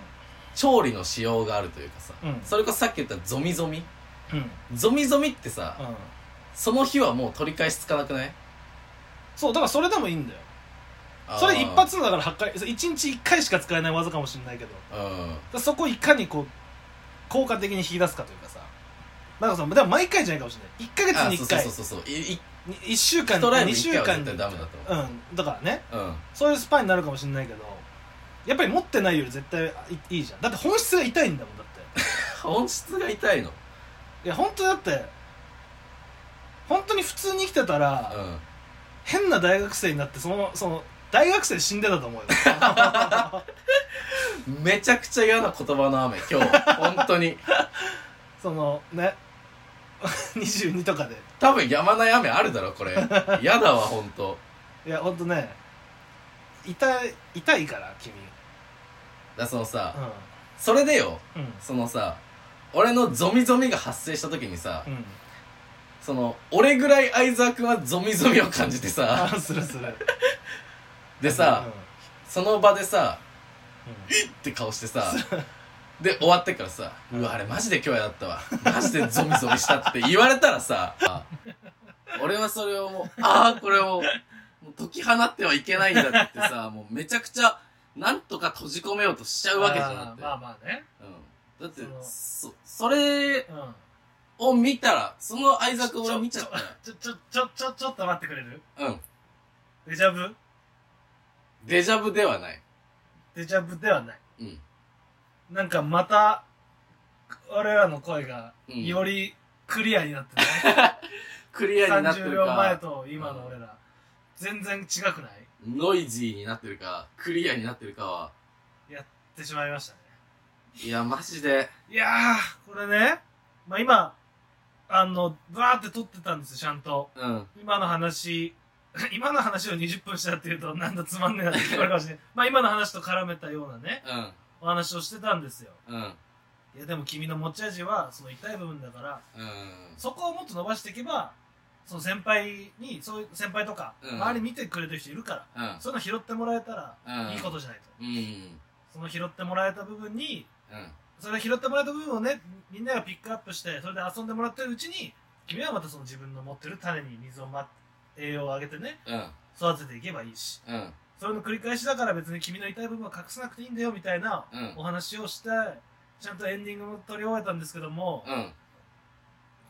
Speaker 1: 調理の仕様があるというかさ、
Speaker 2: うん
Speaker 1: それこそさっき言ったゾミゾミ
Speaker 2: うんうん
Speaker 1: ゾミゾミってさ、
Speaker 2: うん
Speaker 1: その日はもう取り返しつかなくない
Speaker 2: そうだからそれでもいいんだよ
Speaker 1: あー
Speaker 2: それ一発のだから8回1日1回しか使えない技かもしれないけどだか
Speaker 1: うん
Speaker 2: らそこをいかにこう効果的に引き出すかというかさなんかそのでも毎回じゃないかもしれない1ヶ
Speaker 1: あーそう
Speaker 2: 月に1回
Speaker 1: そうそうそういい
Speaker 2: に1週間
Speaker 1: ストライ
Speaker 2: に
Speaker 1: ブ
Speaker 2: 2
Speaker 1: 一
Speaker 2: 週
Speaker 1: 回は
Speaker 2: 間に
Speaker 1: 絶対ダメだと思
Speaker 2: うんだからね
Speaker 1: うん
Speaker 2: そういうスパンになるかもしれないけどやっぱり持ってないより絶対いいいじゃんだって本質が痛いんだもんだって
Speaker 1: 本質が痛いの
Speaker 2: いや本当だって本当に普通に生きてたら、
Speaker 1: うん
Speaker 2: 変な大学生になってそのその大学生死んでたと 思うよ
Speaker 1: めちゃくちゃ嫌な言葉の雨今日本当に
Speaker 2: そのね 22とかで
Speaker 1: 多分やまない雨あるだろこれ嫌だわ本当
Speaker 2: いやほんとね痛い痛いから君
Speaker 1: だそのさ
Speaker 2: う
Speaker 1: それでよ
Speaker 2: んうん
Speaker 1: そのさ俺のゾミゾミが発生した時にさ
Speaker 2: うん
Speaker 1: その俺ぐらい相沢君はゾミゾミを感じて
Speaker 2: あ
Speaker 1: さ
Speaker 2: あするする
Speaker 1: でさその場でさ「って顔してさで終わってからさ「うわあれマジで今日やだったわマジでゾミゾミした」って言われたらさあ俺はそれをもうああこれをもう解き放ってはいけないんだってさもうめちゃくちゃなんとか閉じ込めようとしちゃ
Speaker 2: う
Speaker 1: うんわけじゃ
Speaker 2: あ
Speaker 1: な
Speaker 2: ー
Speaker 1: くて、
Speaker 2: まあまあね
Speaker 1: うん、だって
Speaker 2: そ
Speaker 1: そ
Speaker 2: の
Speaker 1: それ
Speaker 2: うん
Speaker 1: を見たらその相沢君俺を見ちゃっ
Speaker 2: ちょちょちょちょちょっと待ってくれる
Speaker 1: たようん
Speaker 2: デジャブ
Speaker 1: デジャブではない
Speaker 2: デジャブではない
Speaker 1: うん
Speaker 2: なんかまた俺らの声が
Speaker 1: うん
Speaker 2: よりクリアになってない、
Speaker 1: クリアになって
Speaker 2: 30
Speaker 1: る
Speaker 2: 秒前
Speaker 1: か
Speaker 2: と今の俺ら全然違くない
Speaker 1: ノイジーになってるかクリアになってるかは
Speaker 2: ってしまいましたね
Speaker 1: いやマジで
Speaker 2: いやーこれねまあ今あのバーって撮ってたんですよちゃんと
Speaker 1: うん
Speaker 2: 今の話 今の話を20分したっていうとなんだつまんねえなって聞こえるかもしれないまあ今の話と絡めたようなね
Speaker 1: うん
Speaker 2: おお話をしてたんですよ
Speaker 1: うんうん
Speaker 2: いやでも君の持ち味はその痛い部分だからそこをもっと伸ばしていけばその先輩にそういう先輩とか、
Speaker 1: うん
Speaker 2: 周り見てくれてる人いるから
Speaker 1: うん
Speaker 2: そういうの拾ってもらえたら、
Speaker 1: うん
Speaker 2: いいことじゃないと
Speaker 1: うん
Speaker 2: その拾ってもらえた部分に
Speaker 1: うん
Speaker 2: それ拾ってもらえた部分をねみんながピックアップしてそれで遊んでもらってるうちに君はまたその自分の持ってる種に水をま栄養をあげてね
Speaker 1: うん
Speaker 2: 育てていけばいいし
Speaker 1: うん
Speaker 2: それの繰り返しだから別に君の痛い部分は隠さなくていいんだよみたいな
Speaker 1: うん
Speaker 2: お話をしてちゃんとエンディングも撮り終えたんですけども
Speaker 1: うん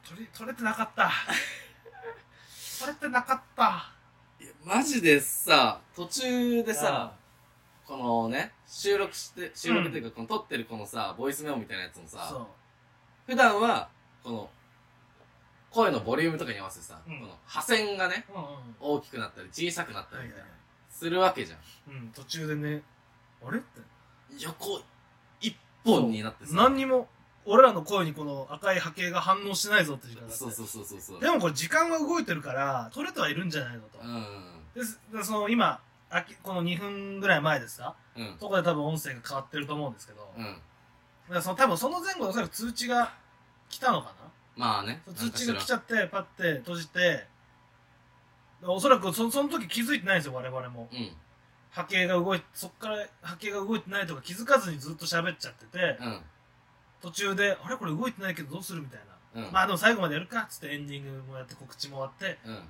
Speaker 2: 撮り撮れてなかった撮れてなかった
Speaker 1: いやマジでさ途中でさ
Speaker 2: あ
Speaker 1: このね収録して収録っていうか、この撮ってるこのさボイスメモみたいなやつも
Speaker 2: そ
Speaker 1: さ
Speaker 2: う
Speaker 1: 普段はこの声のボリュームとかに合わせてさ、
Speaker 2: うん
Speaker 1: この破線がね
Speaker 2: うんうん
Speaker 1: 大きくなったり小さくなった
Speaker 2: はい
Speaker 1: り
Speaker 2: はいはい
Speaker 1: するわけじゃん、
Speaker 2: うん途中でねあれって
Speaker 1: 横一本になってさ
Speaker 2: 何にも俺らの声にこの赤い波形が反応しないぞって時間だって
Speaker 1: そうそうそうそうそう
Speaker 2: でもこれ時間は動いてるから取れてはいるんじゃないのと
Speaker 1: う、ん
Speaker 2: ですでその今あきこの2分ぐらい前ですか
Speaker 1: うん
Speaker 2: そこで多分音声が変わってると思うんですけど、
Speaker 1: うん
Speaker 2: でその多分その前後でおそらく通知が来たのか
Speaker 1: まあね
Speaker 2: な通知
Speaker 1: な
Speaker 2: が
Speaker 1: んか
Speaker 2: 来
Speaker 1: し
Speaker 2: ちゃってパッて閉じてでおそらくそその時気づいてないんですよ我々も
Speaker 1: らうん
Speaker 2: 波形が動いてそっから波形が動いてないとか気づかずにずっと喋っちゃってて途中であれこれ動いてないけどどうするみたいな
Speaker 1: うんうん
Speaker 2: まあでも最後までやるかっつってエンディングもやって告知も終わって
Speaker 1: うん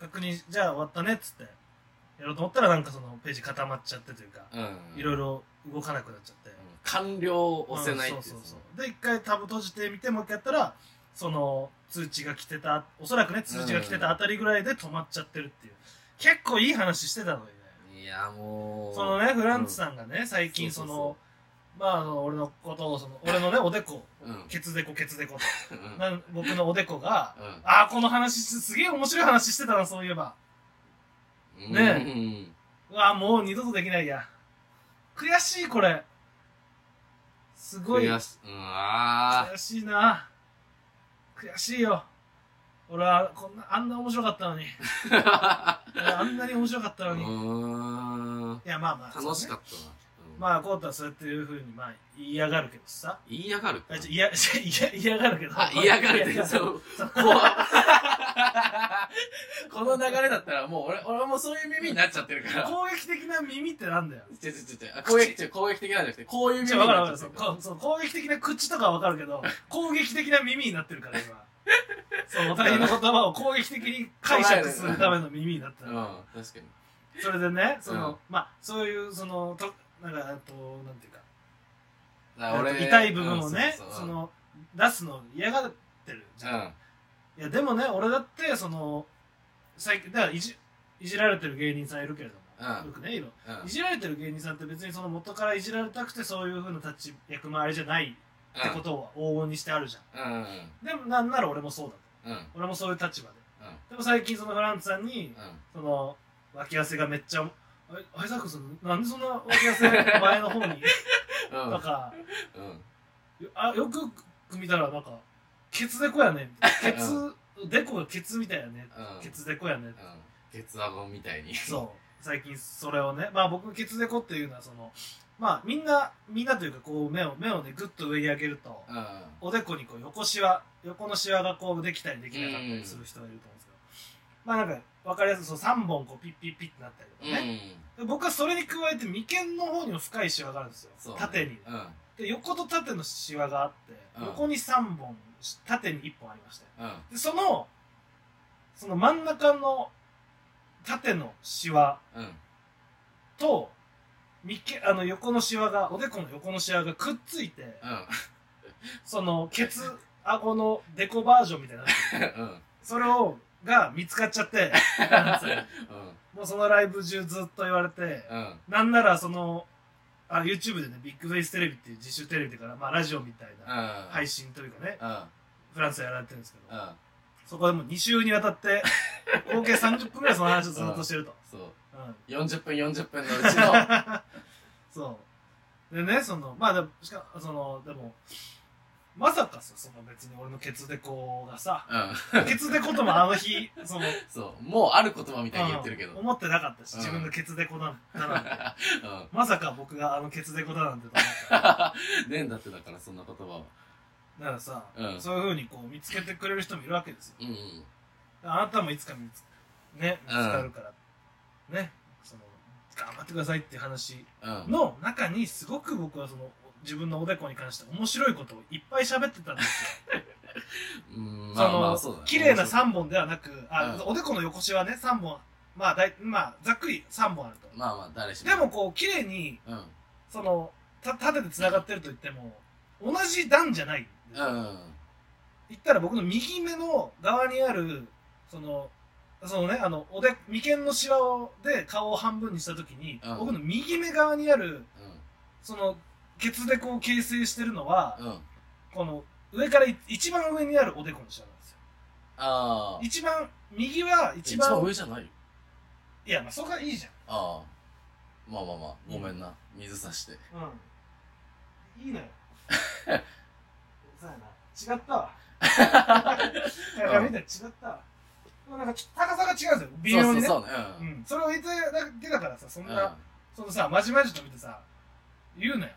Speaker 2: 確認じゃあ終わったねっつってやろうと思ったらなんかそのページ固まっちゃってというか
Speaker 1: うん
Speaker 2: いろいろ動かなくなっちゃって
Speaker 1: うん完了を押せないっ
Speaker 2: うん
Speaker 1: てい
Speaker 2: そううそうそうで一回タブ閉じてみてもう一回やったらその通知が来てたおそらくね通知が来てたあたりぐらいで止まっちゃってるっていう結構いい話してたのにね
Speaker 1: いやもう
Speaker 2: そのねフランツさんがね最近そ
Speaker 1: そうそう
Speaker 2: のまあその俺のことをその俺のねおでこ
Speaker 1: うんうん
Speaker 2: ケツデコケツデコと
Speaker 1: うん
Speaker 2: なん僕のおでこが
Speaker 1: うん
Speaker 2: ああ、この話す、すげえ面白い話してたな、そういえば。ね
Speaker 1: うん
Speaker 2: うわあ、もう二度とできないや。悔しい、これ。すごい。
Speaker 1: 悔しうんあ
Speaker 2: 悔しいな。悔しいよ。俺は、こんな、あんな面白かったのに。
Speaker 1: あ
Speaker 2: 俺あんなに面白かった
Speaker 1: う
Speaker 2: のに。い
Speaker 1: ーん
Speaker 2: や、まあまあ。
Speaker 1: 楽しか
Speaker 2: っ
Speaker 1: ったなうん
Speaker 2: た。まあ、コータはそうやっていうふうに、まあ、言いやがるけどさ。
Speaker 1: 言いやがる
Speaker 2: あちょいや、ちょいや、嫌がるけど。
Speaker 1: あ嫌がるって
Speaker 2: 嫌
Speaker 1: そ
Speaker 2: がる
Speaker 1: うこう この流れだったらもう俺俺もそういう耳になっちゃってるから
Speaker 2: 攻撃的な耳ってなんだよ。
Speaker 1: 違う違う違うあ攻撃違う攻撃的なんじゃなくてこういう
Speaker 2: じ
Speaker 1: 耳
Speaker 2: ゃ
Speaker 1: に
Speaker 2: あ分かる
Speaker 1: な
Speaker 2: 分
Speaker 1: っ
Speaker 2: か
Speaker 1: ちゃ
Speaker 2: る
Speaker 1: ってるから
Speaker 2: そうこそう攻撃的な口とかは分かるけ ど攻撃的な耳になってるから今そうお互いの言葉を攻撃的に解釈するための耳になってる
Speaker 1: うん確かに
Speaker 2: それでねその、
Speaker 1: うん
Speaker 2: まあそういうそのとなんかあとなんていうか
Speaker 1: だから俺
Speaker 2: 痛い部分をね、
Speaker 1: うんう
Speaker 2: そう
Speaker 1: う
Speaker 2: の出すの嫌がってるじゃん、
Speaker 1: ん
Speaker 2: いやでもね俺だってその最近だからいじいじられてる芸人さんいるけれども、
Speaker 1: うん
Speaker 2: よくねいろいろ
Speaker 1: うん
Speaker 2: いじられてる芸人さんって別にその元からいじられたくてそういうふうな立ち役回りじゃないってことを往々にしてあるじゃん
Speaker 1: うんうん
Speaker 2: でもなんなら俺もそうだと
Speaker 1: うんうん
Speaker 2: 俺もそういう立場で
Speaker 1: うん
Speaker 2: でも最近そのフランツさんに
Speaker 1: うん
Speaker 2: その脇汗がめっちゃあれあれさくさんなんでそんな脇汗前の方に
Speaker 1: うん
Speaker 2: とか
Speaker 1: うん
Speaker 2: よあよく見たらなんかケツデコやねみたいなケ
Speaker 1: う
Speaker 2: ツデコがケツみたいやね
Speaker 1: うん
Speaker 2: ケツデコやね
Speaker 1: うんケツアゴンみたいに
Speaker 2: そう最近それをねまあ僕ケツデコっていうのはそのまあみんなみんなというかこう目を目をねグッと上に上げると
Speaker 1: うんうん
Speaker 2: おでこにこう横しわ横のしわがこうできたりできなかったりする人がいると思うんですけど、まあなんか分かりやすいそう3本こうピッピッピッってなったりとかね、で僕はそれに加えて眉間の方にも深いしわがあるんですよ、
Speaker 1: そうね
Speaker 2: 縦に
Speaker 1: うんうん
Speaker 2: で横と縦のしわがあって、
Speaker 1: うん
Speaker 2: 横に3本し縦に1本ありましたよ
Speaker 1: うん
Speaker 2: でそのその真ん中の縦のしわ
Speaker 1: うん
Speaker 2: と眉間あの横のしわがおでこの横のしわがくっついて、そのケツ顎のデコバージョンみたいな
Speaker 1: うん
Speaker 2: それを、が見つかっちゃって、
Speaker 1: うん
Speaker 2: もうそのライブ中ずっと言われて、
Speaker 1: うん
Speaker 2: なんならその、あ YouTube でね、ビッグフェイステレビっていう自主テレビというから、まあラジオみたいな
Speaker 1: は
Speaker 2: 配信というかね、
Speaker 1: うん
Speaker 2: フランスでやられてるんですけ
Speaker 1: う
Speaker 2: ど、
Speaker 1: ん
Speaker 2: そこでもう2週にわたって、合計30分ぐらいその話をずっとしてると。
Speaker 1: そう
Speaker 2: うん。
Speaker 1: 40分40分のうちの
Speaker 2: そう。でね、その、まあでも、しかその、でも、まさかさ、その別に俺のケツデコがさ、
Speaker 1: うん。
Speaker 2: ケツデコともあの日、その、
Speaker 1: そう。もうある言葉みたいに言ってるけど。
Speaker 2: 思ってなかったし、
Speaker 1: うん
Speaker 2: 自分のケツデコだだなんて。
Speaker 1: う
Speaker 2: まさか僕があのケツデコだなんてと思った。
Speaker 1: ん。ねえんだってだから、そんな言葉は。
Speaker 2: だからさ、
Speaker 1: うん
Speaker 2: そういう風にこう見つけてくれる人もいるわけですよ。
Speaker 1: うんうん。
Speaker 2: あなたもいつか見つ,、ね、見つかるから、ね、その、頑張ってくださいっていう話
Speaker 1: うん。
Speaker 2: の中に、すごく僕はその、自分のおでこに関して面白いことをいっぱい喋ってたんですよ。
Speaker 1: うん、
Speaker 2: そ
Speaker 1: まあま
Speaker 2: の、
Speaker 1: あ、そうだね。
Speaker 2: 綺麗な3本ではなく、あ
Speaker 1: うん
Speaker 2: おでこの横しはね、3本、まあだい、まあ、ざっくり3本あると。
Speaker 1: まあまあ、誰しも。
Speaker 2: でも、こう、綺麗に、
Speaker 1: うん。
Speaker 2: その、た縦で繋がってると言っても、同じ段じゃないんです
Speaker 1: う
Speaker 2: よ。
Speaker 1: ん。
Speaker 2: 言ったら僕の右目の側にある、その、そのね、あの、おで、眉間のシワを、で顔を半分にしたときに、
Speaker 1: うん
Speaker 2: 僕の右目側にある、その、ケツでこう形成してるのは
Speaker 1: う、ん。うん。
Speaker 2: この、上からい一番上にあるおでこのシワなんですよ。
Speaker 1: ああ。
Speaker 2: 一番、右は一
Speaker 1: 一
Speaker 2: 番、
Speaker 1: 番上じゃないよ。
Speaker 2: いや、まあそこはいいじ
Speaker 1: ああ。まあまあまあ、ごめんな。水さして。
Speaker 2: ゃん。うん。いいのよ。そうやな。違っ たわ。だから見たら違ったわ。でもなんかちょっと高さが違うんですよ。微妙にね。
Speaker 1: そうそうそうね。う。
Speaker 2: うんん、それを言ってだけだからさ、そん
Speaker 1: うん。
Speaker 2: な、
Speaker 1: は
Speaker 2: そのさ、まじまじと見てさ、言うなよ。
Speaker 1: い。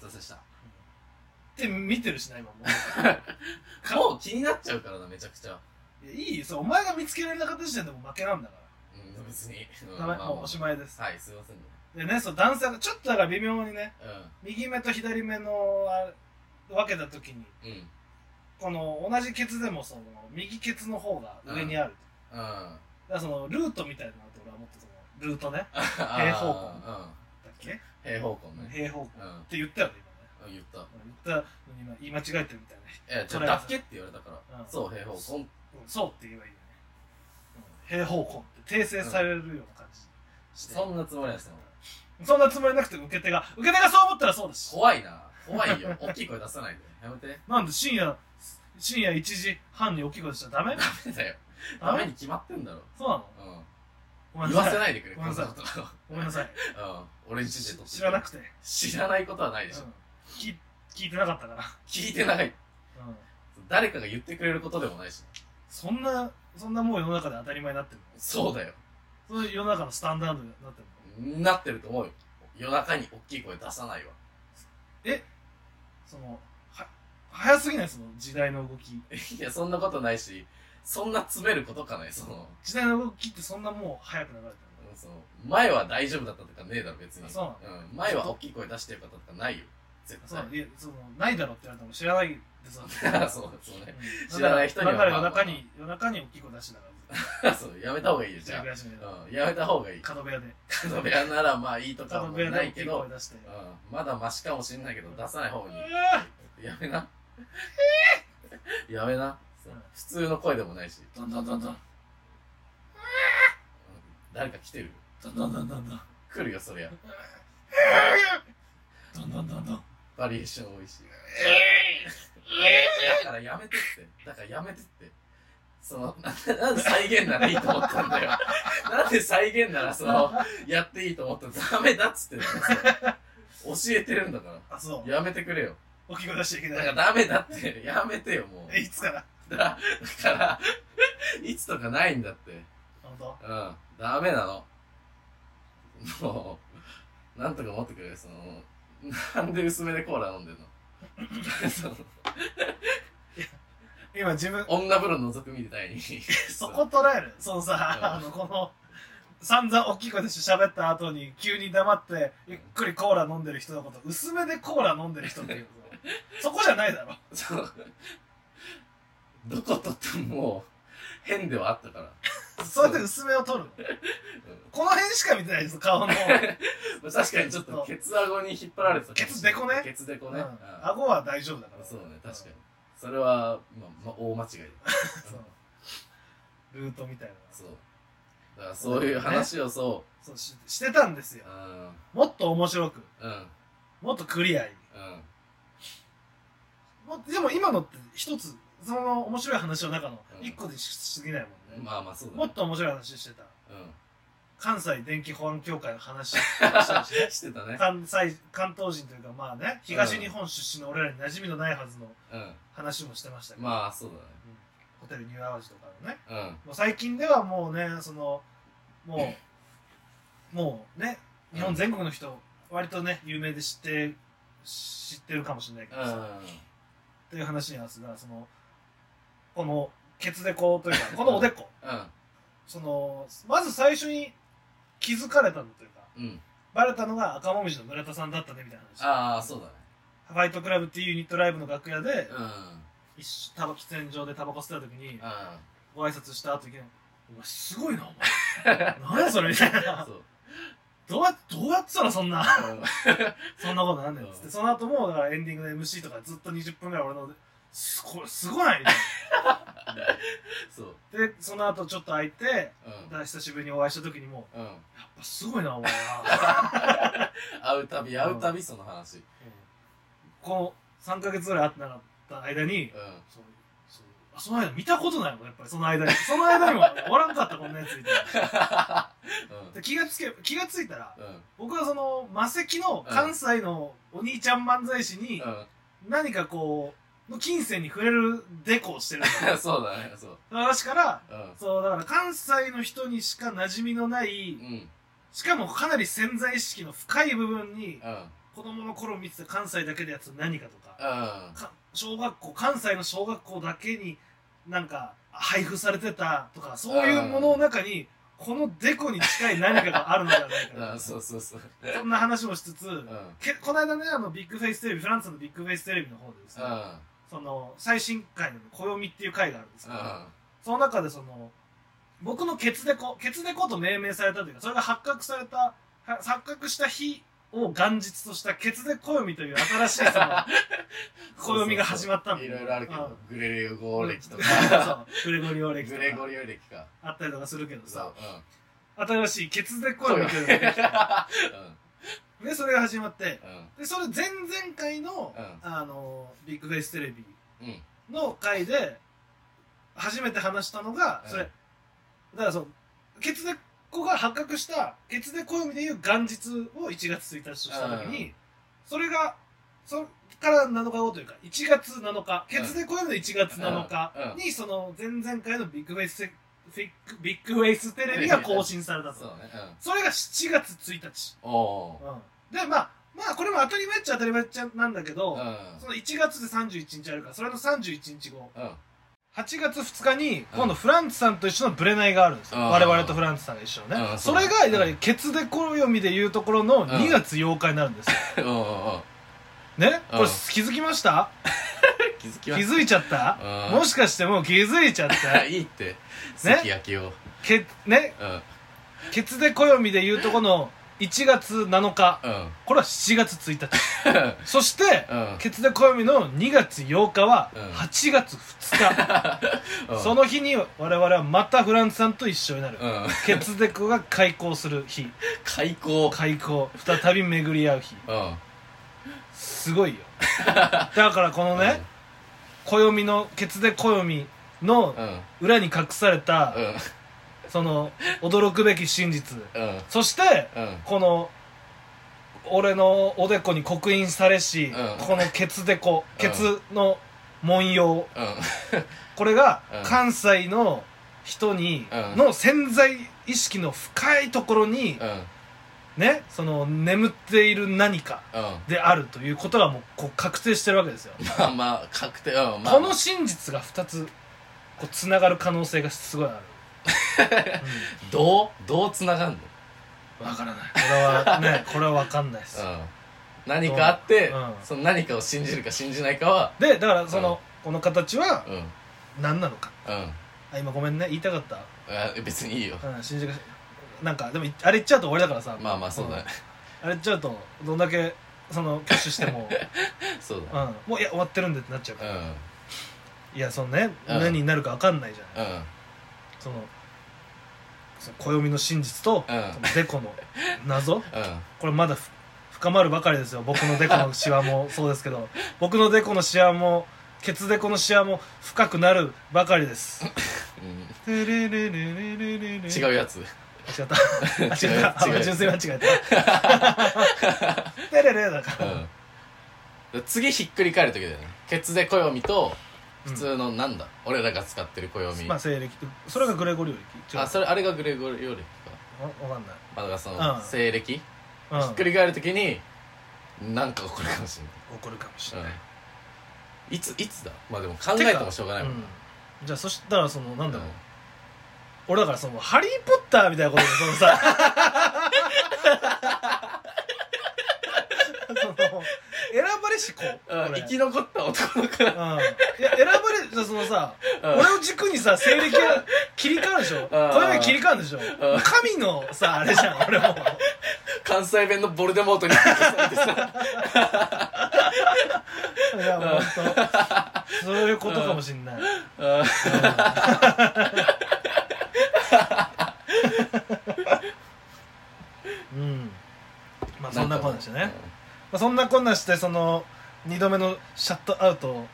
Speaker 1: そうでした。
Speaker 2: って見てるしな、今も う。
Speaker 1: もう気になっちゃうからな、めちゃくちゃ。
Speaker 2: いやいいよ、そうお前が見つけられなかった時点でもう負けなんだか
Speaker 1: うん、別に。うん
Speaker 2: ら。ダメ、
Speaker 1: まあまあ
Speaker 2: もうおしまいです。
Speaker 1: はい、すいませんね。
Speaker 2: でね、そう、段差がちょっとだから微妙にね、
Speaker 1: う
Speaker 2: 右目と左目のあ分けた時に、
Speaker 1: ん。うん。
Speaker 2: この同じケツでもその右ケツの方が上にある。
Speaker 1: うん。あ
Speaker 2: だからそのルートみたいだなって俺は思ってそのルートね、だっ
Speaker 1: ー
Speaker 2: 平方根け
Speaker 1: うん。平方根ね。
Speaker 2: 平方根っ
Speaker 1: うん。
Speaker 2: て言ったよね、
Speaker 1: うん言った。
Speaker 2: 今ね。言ったのに今言い間違えてるみたいな。
Speaker 1: え、ちょ
Speaker 2: そ
Speaker 1: っと
Speaker 2: れ
Speaker 1: だけって言われたから。
Speaker 2: うん
Speaker 1: そう、平方根。
Speaker 2: うんそうって言えばいいよね、うん平方根って訂正されるような感じして、
Speaker 1: そんなつもりはないですよ。
Speaker 2: そんなつもりなくて受け手が受け手がそう思ったらそうだし
Speaker 1: 怖いな。怖い よ。大きい声出さないで。やめて。
Speaker 2: なんで深夜深夜1時半に大きい声しちゃダ メ
Speaker 1: ダメだよ。
Speaker 2: ダ
Speaker 1: ダ
Speaker 2: メ
Speaker 1: メに決まってんだろ。
Speaker 2: そうなの
Speaker 1: うん。
Speaker 2: ごめん
Speaker 1: 言
Speaker 2: な
Speaker 1: わ
Speaker 2: さい
Speaker 1: せないでくれ、
Speaker 2: ご
Speaker 1: こ
Speaker 2: めん
Speaker 1: ん
Speaker 2: なさい
Speaker 1: なこと。
Speaker 2: ごめんなさい
Speaker 1: うん。俺んちで撮って
Speaker 2: 知らなくて、
Speaker 1: 知らないことはないでしょ。
Speaker 2: うん聞聞いてなかったから、
Speaker 1: 聞いてない。
Speaker 2: うん
Speaker 1: 誰かが言ってくれることでもないし。
Speaker 2: そんなそんなもう世の中で当たり前になってる
Speaker 1: そうだよ。
Speaker 2: のそういう世の中のスタンダードになってるの
Speaker 1: なってると思うよ。夜中に大きい声出さないわ。
Speaker 2: そのは早すぎないその時代の動き
Speaker 1: いや、そんなことないし、そんな詰めることかね、その、
Speaker 2: 時代の動きってそんなもう早く流れてるの
Speaker 1: うんその前は大丈夫だったとかねえだろ、別に。
Speaker 2: あそうなの
Speaker 1: ん。前は大きい声出してよかったとかないよ。絶
Speaker 2: そ
Speaker 1: 対
Speaker 2: う。いやそのないだろって言われても知らないです
Speaker 1: そう、そうね。
Speaker 2: ん
Speaker 1: 知らない人には
Speaker 2: なんなら
Speaker 1: ま
Speaker 2: 夜
Speaker 1: あ
Speaker 2: 中に、夜中に大きい声出してたから
Speaker 1: そう、やめた方がいいよ、じゃ
Speaker 2: ぐらいしめで
Speaker 1: あ。うん、やめた方がいい。
Speaker 2: 角部屋で
Speaker 1: 角部屋ならまあいいとか
Speaker 2: 角
Speaker 1: も
Speaker 2: 部屋で
Speaker 1: な
Speaker 2: 大
Speaker 1: い
Speaker 2: き
Speaker 1: け
Speaker 2: い
Speaker 1: ど、
Speaker 2: 声出して
Speaker 1: うん、まだマシかもしんないけど、出さない方に。やめな。やめな。そう
Speaker 2: うん
Speaker 1: 普通の声でもないし。どんどんどんどん。うん誰か来てる
Speaker 2: どんどんどんどんどん
Speaker 1: 来るよ、そりゃ。
Speaker 2: どんどんどんどん
Speaker 1: バリエーション多いし。だからやめてって。だからやめてって。その、ななんで再現ならいいと思ったんだよ。なんで再現ならその、やっていいと思ったらダメだっつってんだからさ教えてるんだから。
Speaker 2: あそう
Speaker 1: やめてくれよ。
Speaker 2: 大きい声出しちゃいけ
Speaker 1: だ
Speaker 2: な
Speaker 1: か
Speaker 2: い
Speaker 1: らダメだって。やめてよ、もう。
Speaker 2: えいつから
Speaker 1: だだから、いつとかないんだって。
Speaker 2: 本当
Speaker 1: うん。ダメなの。もう、なんとか持ってくれよ、その、なんで薄めでコーラ飲んでんのその
Speaker 2: 今自分
Speaker 1: 女風呂覗くみたいに。
Speaker 2: そこ捉えるそのさ
Speaker 1: うん
Speaker 2: あのこの散々大きい声で喋った後に急に黙ってゆっくりコーラ飲んでる人のこと薄めでコーラ飲んでる人っていう そこじゃないだろ
Speaker 1: そのどことってもう、変ではあったから。
Speaker 2: それで薄めを取るのこの辺しか見てないです顔の
Speaker 1: うん確かにちょっとケツ顎に引っ張られてたかもしれ
Speaker 2: ケツデ
Speaker 1: な
Speaker 2: コ
Speaker 1: い
Speaker 2: ね
Speaker 1: ケツデコ
Speaker 2: う
Speaker 1: ね。
Speaker 2: ん
Speaker 1: うん
Speaker 2: 顎は大丈夫だから
Speaker 1: そうね、確かに。それは、まあ、まあ、大間違いだ。
Speaker 2: そうルートみたいな
Speaker 1: そう。だからそういう話をそ
Speaker 2: そうししてたんですよ
Speaker 1: う、うん、
Speaker 2: もっと面白く
Speaker 1: うん、うん。
Speaker 2: もっとクリアにもでも今のって一つその面白い話の中の
Speaker 1: うん
Speaker 2: 一個でししすぎないもんね、
Speaker 1: まあまあそうだ
Speaker 2: も
Speaker 1: ね
Speaker 2: っ。と面白い話してた
Speaker 1: うん。
Speaker 2: 関西電気保安協会の話を したりして
Speaker 1: してたね。
Speaker 2: 関西関東人というかまあね東日本出身の俺らに馴染みのないはずの
Speaker 1: う
Speaker 2: 話もしてましたけ
Speaker 1: ん。
Speaker 2: ど、
Speaker 1: まあ、そう
Speaker 2: ホテルニューアワジとかのね
Speaker 1: だね。
Speaker 2: もう最近ではもうねそのもうもうね日本全国の人、割とね有名で知って知ってるかもしれないけ
Speaker 1: うん。
Speaker 2: ど
Speaker 1: う
Speaker 2: さ、
Speaker 1: ん。
Speaker 2: っていう話に合わせたらそのこのケツデコというかこのおでこ
Speaker 1: うん。
Speaker 2: そのまず最初に気づかれたのというか
Speaker 1: うん。
Speaker 2: バレたのが赤もみじの村田さんだったねみたいな話
Speaker 1: ああ、そうだね。
Speaker 2: ファイトクラブっていうユニットライブの楽屋で
Speaker 1: うん。
Speaker 2: 一緒タバ喫煙場でタバコ吸ってた時に
Speaker 1: うん。
Speaker 2: ご挨拶した後に「お前すごいなお 前何やそれ」みたいな
Speaker 1: そう。
Speaker 2: 「どうやどうやってたらそんな
Speaker 1: うん
Speaker 2: そんなことなんだよ」つっ
Speaker 1: う
Speaker 2: て
Speaker 1: ん
Speaker 2: その後もだからエンディングで MC とかずっと20分ぐらい俺のすごいすごないみたい
Speaker 1: そう。
Speaker 2: なでその後ちょっと空いて
Speaker 1: うん。
Speaker 2: だから久しぶりにお会いした時にも
Speaker 1: うん、
Speaker 2: やっぱすごいなお前 な
Speaker 1: 会うたび会うたびその 話、
Speaker 2: うんこの3ヶ月ぐらい会ってなかった間に
Speaker 1: う
Speaker 2: そうそうあその間見たことないもんやっぱりその間にその間にもおらんかったこんなやつみたいなん
Speaker 1: うん
Speaker 2: で気がつけ気がついたら
Speaker 1: うん
Speaker 2: 僕はその魔石の関西のお兄ちゃん漫才師に
Speaker 1: う
Speaker 2: 何かこうの金銭に触れるデコをしてるんだ
Speaker 1: ん そうだねそう
Speaker 2: その話から
Speaker 1: う
Speaker 2: そうだから関西の人にしか馴染みのない
Speaker 1: んうん
Speaker 2: しかもかなり潜在意識の深い部分に
Speaker 1: うん
Speaker 2: 子供の頃見てた関西だけでやつ何かとか
Speaker 1: うん
Speaker 2: か小学校関西の小学校だけになんか配布されてたとかそういうものの中にこのデコに近い何かがあるのではない か
Speaker 1: う
Speaker 2: なん
Speaker 1: そうそうそう
Speaker 2: そんな話もしつつ、
Speaker 1: うんうん
Speaker 2: けこの間ねあのビッグフェイステレビフランスのビッグフェイステレビの方でですね、
Speaker 1: う
Speaker 2: その最新回の「暦」っていう回があるんですけど、
Speaker 1: ん
Speaker 2: その中でその僕のケツデコケツデコと命名されたというかそれが発覚されたは発覚した日を元日としたケツデ暦という新しいその 暦が始まったん
Speaker 1: いろいろあるけどグレレゴー歴と
Speaker 2: そ
Speaker 1: か
Speaker 2: うグレゴリオ歴
Speaker 1: グ
Speaker 2: と
Speaker 1: レゴ
Speaker 2: か
Speaker 1: リオ歴か
Speaker 2: あったりとかするけど
Speaker 1: そ
Speaker 2: さ
Speaker 1: ううん
Speaker 2: 新しいケツデコ
Speaker 1: 声
Speaker 2: 暦
Speaker 1: が
Speaker 2: というのができた
Speaker 1: う
Speaker 2: でそれが始まって
Speaker 1: んうん
Speaker 2: でそれ前々回の、
Speaker 1: うん
Speaker 2: あのビッグフェイステレビ
Speaker 1: うん
Speaker 2: の回で初めて話したのが、それ
Speaker 1: うん
Speaker 2: だからそのケツデコが発覚したケツデ暦でいう元日を1月1日とした時に、
Speaker 1: うん
Speaker 2: それがそれから7日後というか1月7日ケツデ暦の1月7日に、その前々回のビッグフェイスフィックビッグフェイステレビが更新された
Speaker 1: そ
Speaker 2: と
Speaker 1: うね
Speaker 2: それが7月1日、
Speaker 1: うんお
Speaker 2: うん、でまあまあこれも当たり前っちゃ当たり前っちゃなんだけど、
Speaker 1: おうん
Speaker 2: その1月で31日あるからそれの31日後、
Speaker 1: うん
Speaker 2: 8月2日に今度フランツさんと一緒のブレナイがあるんですよ、
Speaker 1: うん
Speaker 2: 我々とフランツさんが一緒のね、
Speaker 1: うん
Speaker 2: それがだからケツデコ読みで言うところの
Speaker 1: ん
Speaker 2: 2月8日になるんですよ、
Speaker 1: うんうんうん
Speaker 2: ね
Speaker 1: うん
Speaker 2: これ気づきました、
Speaker 1: 気づきま
Speaker 2: 気
Speaker 1: し
Speaker 2: づいちゃった、
Speaker 1: た
Speaker 2: もしかしてもう気づいちゃっ た
Speaker 1: いいってすき焼きを
Speaker 2: たけね
Speaker 1: うん
Speaker 2: ケツデコ読みで言うとこの1月7日
Speaker 1: うん
Speaker 2: これは7月1日 そして
Speaker 1: うん
Speaker 2: ケツデコ読みの2月8日は
Speaker 1: うん
Speaker 2: 8月2
Speaker 1: うん
Speaker 2: 日その日に我々はまたフランツさんと一緒になる、
Speaker 1: うん
Speaker 2: ケツデコが開校する日
Speaker 1: 開口
Speaker 2: 開口再び巡り合う日
Speaker 1: うん
Speaker 2: すごいよだからこのね暦のケツで暦の
Speaker 1: うんうん
Speaker 2: 裏に隠された
Speaker 1: うん
Speaker 2: その驚くべき真実
Speaker 1: うん
Speaker 2: そして
Speaker 1: うん
Speaker 2: この俺のおでこに刻印されし、
Speaker 1: うん
Speaker 2: このケツデコ
Speaker 1: うん
Speaker 2: ケツの文様
Speaker 1: うん
Speaker 2: これが
Speaker 1: うん
Speaker 2: 関西の人に、
Speaker 1: うん
Speaker 2: の潜在意識の深いところに、
Speaker 1: うん
Speaker 2: ねその眠っている何か
Speaker 1: うん
Speaker 2: であるということがもうこう確定してるわけですよ、
Speaker 1: まあまあ確定うんまあ
Speaker 2: この真実が2つこうつながる可能性がすごいあ る、
Speaker 1: どうどうつながんの
Speaker 2: うん、分からないこれは ねこれは分かんないです、
Speaker 1: うん何かあって
Speaker 2: うん
Speaker 1: その何かを信じるか信じないかは
Speaker 2: でだからその、この形は
Speaker 1: うんうん
Speaker 2: 何なのかあ今ごめんね言いたかった、
Speaker 1: あ別にいいよ
Speaker 2: うん、信じがなんかでもいあれ言っちゃうと終わりだからさ
Speaker 1: まあまあそうだね
Speaker 2: うんあれ言っちゃうとどんだけその挙手して も、
Speaker 1: そう
Speaker 2: うん、もういや終わってるんでってなっちゃうか
Speaker 1: だ
Speaker 2: ら、
Speaker 1: うん
Speaker 2: いやそのね、
Speaker 1: うん
Speaker 2: 何になるか分かんないじゃない
Speaker 1: うん
Speaker 2: そのその暦の真実と、
Speaker 1: うん
Speaker 2: そのデコの謎
Speaker 1: うん
Speaker 2: これまだふ深まるばかりですよ僕のデコのシワもそうですけど僕のデコのシワもケツデコのシワも深くなるばかりです
Speaker 1: うん
Speaker 2: 違
Speaker 1: 違うやつ
Speaker 2: 違ったあ
Speaker 1: 違う
Speaker 2: 違
Speaker 1: 違
Speaker 2: う
Speaker 1: う
Speaker 2: 純粋は違 えたテレレだか
Speaker 1: うん
Speaker 2: ら、
Speaker 1: だから次ひっくり返る時だよねケツで暦と普通のなんだ、俺らが使ってる暦、
Speaker 2: まあ西暦とそれがグレゴリオ暦違う
Speaker 1: あそれあれがグレゴリオ暦か
Speaker 2: わわかんない
Speaker 1: まあだからその、
Speaker 2: うん
Speaker 1: 西暦、
Speaker 2: うん
Speaker 1: ひっくり返る時になんか起こるかもしれない
Speaker 2: 怒るかもしれない、
Speaker 1: うんいついつだまあでも考えてもしょうがないもん、
Speaker 2: うんじゃあそしたらそのなんだろう、
Speaker 1: うん
Speaker 2: 俺だからその「ハリー・ポッター」みたいなことでそのさその選ばれし子
Speaker 1: あ
Speaker 2: 俺
Speaker 1: 生き残った男の子だ
Speaker 2: うん、いや選ばれじゃあそのさ、
Speaker 1: うん
Speaker 2: 俺を軸にさ西暦が切り替わるでしょこれ切り替わるでしょ
Speaker 1: ん
Speaker 2: 神のさあれじゃん俺も
Speaker 1: 関西弁のボルデモートに引き裂かれ てさ
Speaker 2: いやもう本当そういうことかもしんない、
Speaker 1: うん
Speaker 2: うんまあそんなこんなしてね、まあ、そんなこんなしてその2度目のシャットアウト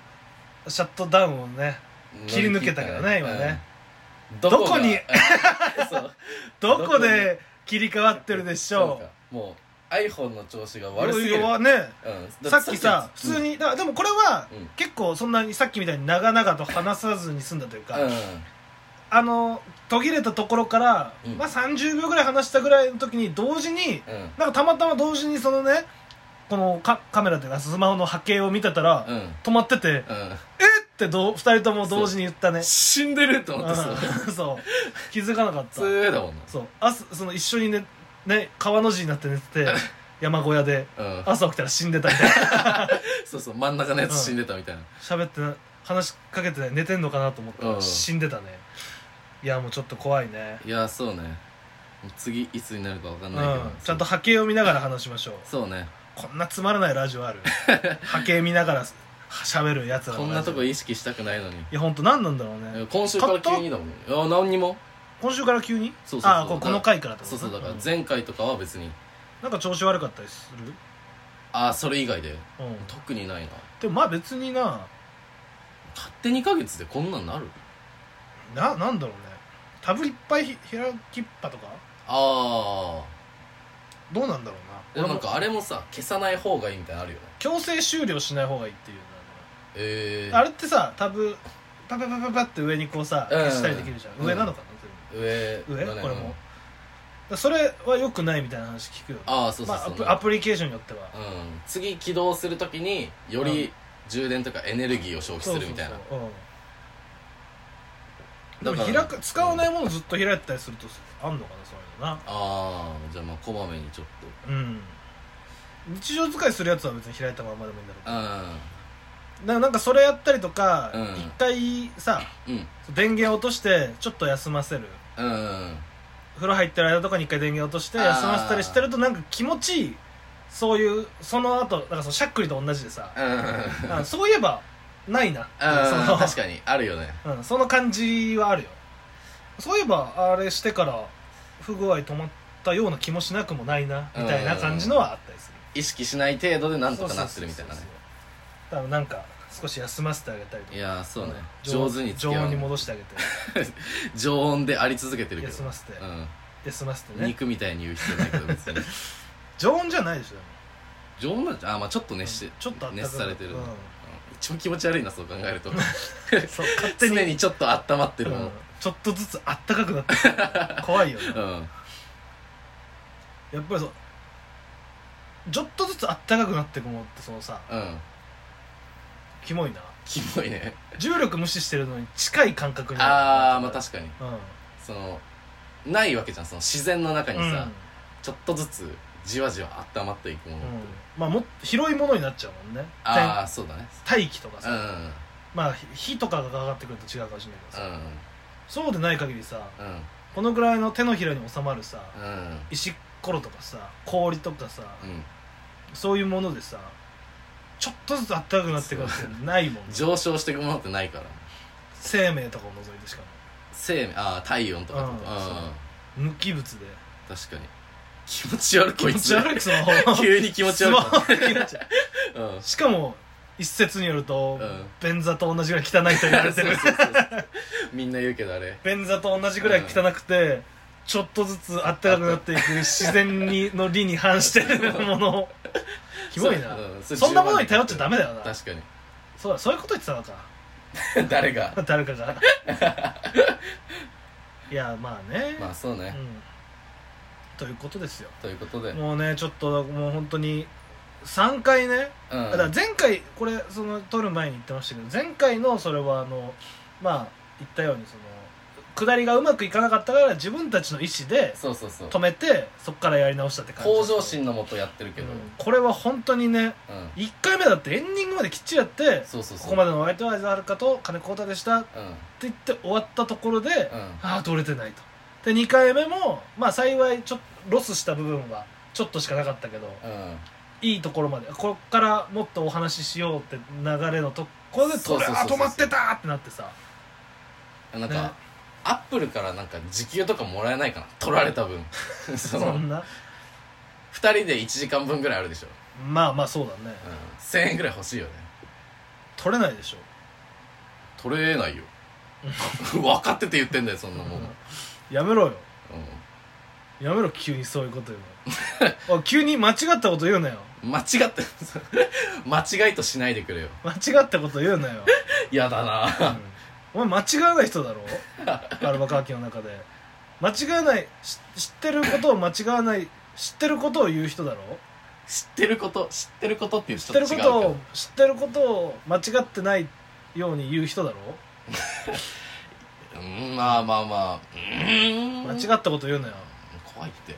Speaker 2: シャットダウンをね
Speaker 1: うん
Speaker 2: 切り抜けたけどね今ね、
Speaker 1: うん
Speaker 2: どこに
Speaker 1: がうん そう
Speaker 2: どこで切り替わってるでしょ
Speaker 1: そう
Speaker 2: う
Speaker 1: かもう iPhone の調子が悪
Speaker 2: 俺
Speaker 1: すぎる、うん
Speaker 2: はね
Speaker 1: だ
Speaker 2: さっきさ普通
Speaker 1: に
Speaker 2: にだからでもこれは
Speaker 1: うん
Speaker 2: 結構そんなにさっきみたいに長々と話さずに済んだというか、
Speaker 1: うん
Speaker 2: あの途切れたところから、
Speaker 1: うん
Speaker 2: まあ、30秒ぐらい話したぐらいの時に同時に
Speaker 1: うん
Speaker 2: なんかたまたま同時にそのねこのカカメラというかスマホの波形を見てたら、
Speaker 1: うん
Speaker 2: 止まってて
Speaker 1: う
Speaker 2: 「えっ!」ってどう2人とも同時に言ったね
Speaker 1: ん死んでると思ってさ
Speaker 2: うん そう気づかなかっ
Speaker 1: 普
Speaker 2: た
Speaker 1: 通だもんな
Speaker 2: そう朝その一緒にねね川の字になって寝てて 山小屋で
Speaker 1: うん
Speaker 2: 朝起きたら死んでたみたい な
Speaker 1: そうそう真ん中のやつ死んでたみたいな
Speaker 2: 喋ってな話しかけてない寝てんのかなと思った
Speaker 1: う
Speaker 2: ら
Speaker 1: ん
Speaker 2: 死んでたねいやもうちょっと怖いね
Speaker 1: いやそうね次いつになるか分か
Speaker 2: うんん
Speaker 1: ないけど、
Speaker 2: ちゃんと波形を見ながら話しましょう
Speaker 1: そうね
Speaker 2: こんなつまらないラジ オある波形見ながら喋るやつら
Speaker 1: こ
Speaker 2: の
Speaker 1: ん
Speaker 2: ラ
Speaker 1: な
Speaker 2: ジオ
Speaker 1: とこ意識したくないのに
Speaker 2: いや本当何なんだろうね
Speaker 1: 今週から急にだもんねあ何にも
Speaker 2: 今週から急に
Speaker 1: そうそうそう
Speaker 2: あここの回からってこと
Speaker 1: そう
Speaker 2: ね
Speaker 1: そうだから
Speaker 2: ん
Speaker 1: 前回とかは別に
Speaker 2: なんか調子悪かったりする
Speaker 1: ああそれ以外で
Speaker 2: うん
Speaker 1: 特にないな
Speaker 2: でもまあ別にな
Speaker 1: たって2ヶ月でこんなんなる
Speaker 2: ななんだろうねタブいっぱいひ開きっぱとか
Speaker 1: あ
Speaker 2: どうなんだろ
Speaker 1: あ
Speaker 2: う
Speaker 1: で
Speaker 2: な
Speaker 1: もなんかあれもさ消さない方がいいみたいなのあるよね
Speaker 2: 強制終了しない方がいいっていうのは
Speaker 1: ええ
Speaker 2: あれってさタブパパパパパって上にこうさ
Speaker 1: うん
Speaker 2: 消したりできるじゃん、
Speaker 1: うん
Speaker 2: 上なのかな
Speaker 1: 上
Speaker 2: 全部上、
Speaker 1: だね
Speaker 2: これ
Speaker 1: う
Speaker 2: も
Speaker 1: ん
Speaker 2: だそれはよくないみたいな話聞くよね
Speaker 1: ああそうそ
Speaker 2: ま
Speaker 1: う
Speaker 2: あ、ア
Speaker 1: そう、
Speaker 2: プアプリケーションによっては、
Speaker 1: うん次起動するときによ
Speaker 2: う
Speaker 1: り充電とかエネルギーを消費するみたいな
Speaker 2: そうそうそう、うん、で
Speaker 1: だか
Speaker 2: も
Speaker 1: ら
Speaker 2: 開く使わないものずっと開いてたりするとあんのかなそういうのな
Speaker 1: ああじゃあまあこまめにちょっと
Speaker 2: うん日常使いするやつは別に開いたまんまでもいいんだろうけど
Speaker 1: う
Speaker 2: ななんかそれやったりとか
Speaker 1: うん
Speaker 2: 一、回さ
Speaker 1: んうん
Speaker 2: 電源落としてちょっと休ませる
Speaker 1: うん
Speaker 2: 風呂入ってる間とかに一回電源落として
Speaker 1: あー
Speaker 2: 休ませたりしてるとなんか気持ちいいそういうその後なんかそのしゃっくりと同じでさ
Speaker 1: うん
Speaker 2: あそういえばないな
Speaker 1: うん 確
Speaker 2: そ
Speaker 1: かにあるよね
Speaker 2: の,、うん、その感じはあるよそういえばあれしてから不具合止まったような気もしなくもないなみたいな感じのはあったりする
Speaker 1: 意識しない程度でなんとかなってるみたいなね
Speaker 2: そうそうそうそうだからなんか少し休ませてあげたりと
Speaker 1: い
Speaker 2: か
Speaker 1: やーそうね
Speaker 2: 常
Speaker 1: 上手に
Speaker 2: 常
Speaker 1: 付き合う
Speaker 2: 温に戻してあげて
Speaker 1: 常温であり続けてるけど
Speaker 2: 休ませて
Speaker 1: う
Speaker 2: 休ませて
Speaker 1: ん
Speaker 2: ね
Speaker 1: 肉みたいに言う必要ないけど別 に
Speaker 2: 常温じゃないでしょでも
Speaker 1: 常温なんじゃあまあちょっと熱して
Speaker 2: ちょっとあったかい
Speaker 1: 熱されてる
Speaker 2: うん
Speaker 1: うん一番気持ち悪いなそう考えると
Speaker 2: そう勝手 に
Speaker 1: 常にちょっと温まってるも
Speaker 2: うん
Speaker 1: ん
Speaker 2: ちょっとずつあったかくなってる怖いよね
Speaker 1: うん
Speaker 2: やっぱりそうちょっとずつあったかくなってくもんってそのさ
Speaker 1: うん
Speaker 2: キモいな
Speaker 1: キモいね
Speaker 2: 重力無視してるのに近い感覚に
Speaker 1: ああまあ
Speaker 2: か
Speaker 1: 確かに
Speaker 2: にうん
Speaker 1: そのないわけじゃんその自然の中に
Speaker 2: うん
Speaker 1: さちょっとずつじわじわ温まっていくもの
Speaker 2: うんまあもっと広いものになっちゃうもんね
Speaker 1: ああそうだね
Speaker 2: 天大気とか
Speaker 1: うん
Speaker 2: さまあ火とかがかかってくると違うかもしれないけどさそうでない限りさ
Speaker 1: うんうん
Speaker 2: このぐらいの手のひらに収まるさ
Speaker 1: うん
Speaker 2: 石ころとかさ氷とかさ
Speaker 1: うん
Speaker 2: そういうものでさちょっとずつあったかくなってくるってないもんね
Speaker 1: 上昇していくものってないから
Speaker 2: 生命とかを除いてしか
Speaker 1: 生命ああ体温とかってこと
Speaker 2: うん
Speaker 1: うん
Speaker 2: も無機物で
Speaker 1: 確かに気持ち悪い
Speaker 2: 気
Speaker 1: こい
Speaker 2: 持
Speaker 1: つ
Speaker 2: ち悪いスマ ホ
Speaker 1: 急に気持ち悪い
Speaker 2: スマホ 気持ち悪い
Speaker 1: うん
Speaker 2: しかも一説によると、
Speaker 1: うん
Speaker 2: 便座と同じ ぐらい汚いと言われてる
Speaker 1: そうそうそうそうみんな言うけどあれ
Speaker 2: 便座と同じぐらい汚くて、ちょっとずつあったかくなっていく自然にの理に反してるものをキモいな
Speaker 1: う
Speaker 2: そんなものに頼っちゃダメだよな
Speaker 1: 確かに
Speaker 2: そうだそういうこと言ってたのか
Speaker 1: 誰が
Speaker 2: 誰 かがいやまあね、
Speaker 1: まあそう
Speaker 2: う
Speaker 1: ね、
Speaker 2: ん、ということですよ
Speaker 1: ということでうん
Speaker 2: もうねちょっともう本当に3回ね、だから前回これその撮る前に言ってましたけど前回のそれはあのまあ言ったようにその下りがうまくいかなかったから自分たちの意思で
Speaker 1: そうそうそう
Speaker 2: 止めてそこからやり直したって感じ
Speaker 1: 向上心のもとやってるけど、
Speaker 2: う
Speaker 1: うん
Speaker 2: んこれは本当にね1回目だってエンディングまできっちりやって
Speaker 1: そうそうそう
Speaker 2: ここまでのお相手は相沢遥香と金子浩太でしたって
Speaker 1: うんうん
Speaker 2: 言って終わったところで、ああ取れてないとで2回目もまあ幸いちょっとロスした部分はちょっとしかなかったけど
Speaker 1: うん
Speaker 2: いいところまでこっからもっとお話ししようって流れのとこれで
Speaker 1: そうそう
Speaker 2: 取れ
Speaker 1: そう
Speaker 2: あ
Speaker 1: そう
Speaker 2: 止まってたーってなってさ
Speaker 1: なんか、
Speaker 2: ね
Speaker 1: アップルからなんか時給とかもらえないかな取られた 分そ
Speaker 2: そ
Speaker 1: の
Speaker 2: んな
Speaker 1: 2人で1時間分ぐらいあるでしょ、
Speaker 2: まあまあそうだね
Speaker 1: うん、1000円ぐらい欲しいよね
Speaker 2: 取れないでしょ
Speaker 1: 取れないよ 分かってて言ってんだよそんなもん、うん、
Speaker 2: やめろよやめろ急にそういうこと 言うのおい急に間違ったこと言うなよ
Speaker 1: 間違って 間違いとしないでくれよ
Speaker 2: 間違ったこと言うなよ、
Speaker 1: 嫌だ
Speaker 2: う
Speaker 1: なん
Speaker 2: お前間違わない 人だろアルバカーキの中で間違わないし知ってることを間違わない知ってることを言う人だろ
Speaker 1: 知ってること知ってることっていう
Speaker 2: 知
Speaker 1: 人
Speaker 2: って
Speaker 1: と
Speaker 2: る
Speaker 1: 違うけ
Speaker 2: こと
Speaker 1: ど
Speaker 2: を知ってることを間違ってないように言う人だろ
Speaker 1: うんまあまあまあうーん
Speaker 2: 間違っ
Speaker 1: った
Speaker 2: こと言うなよ
Speaker 1: 怖いって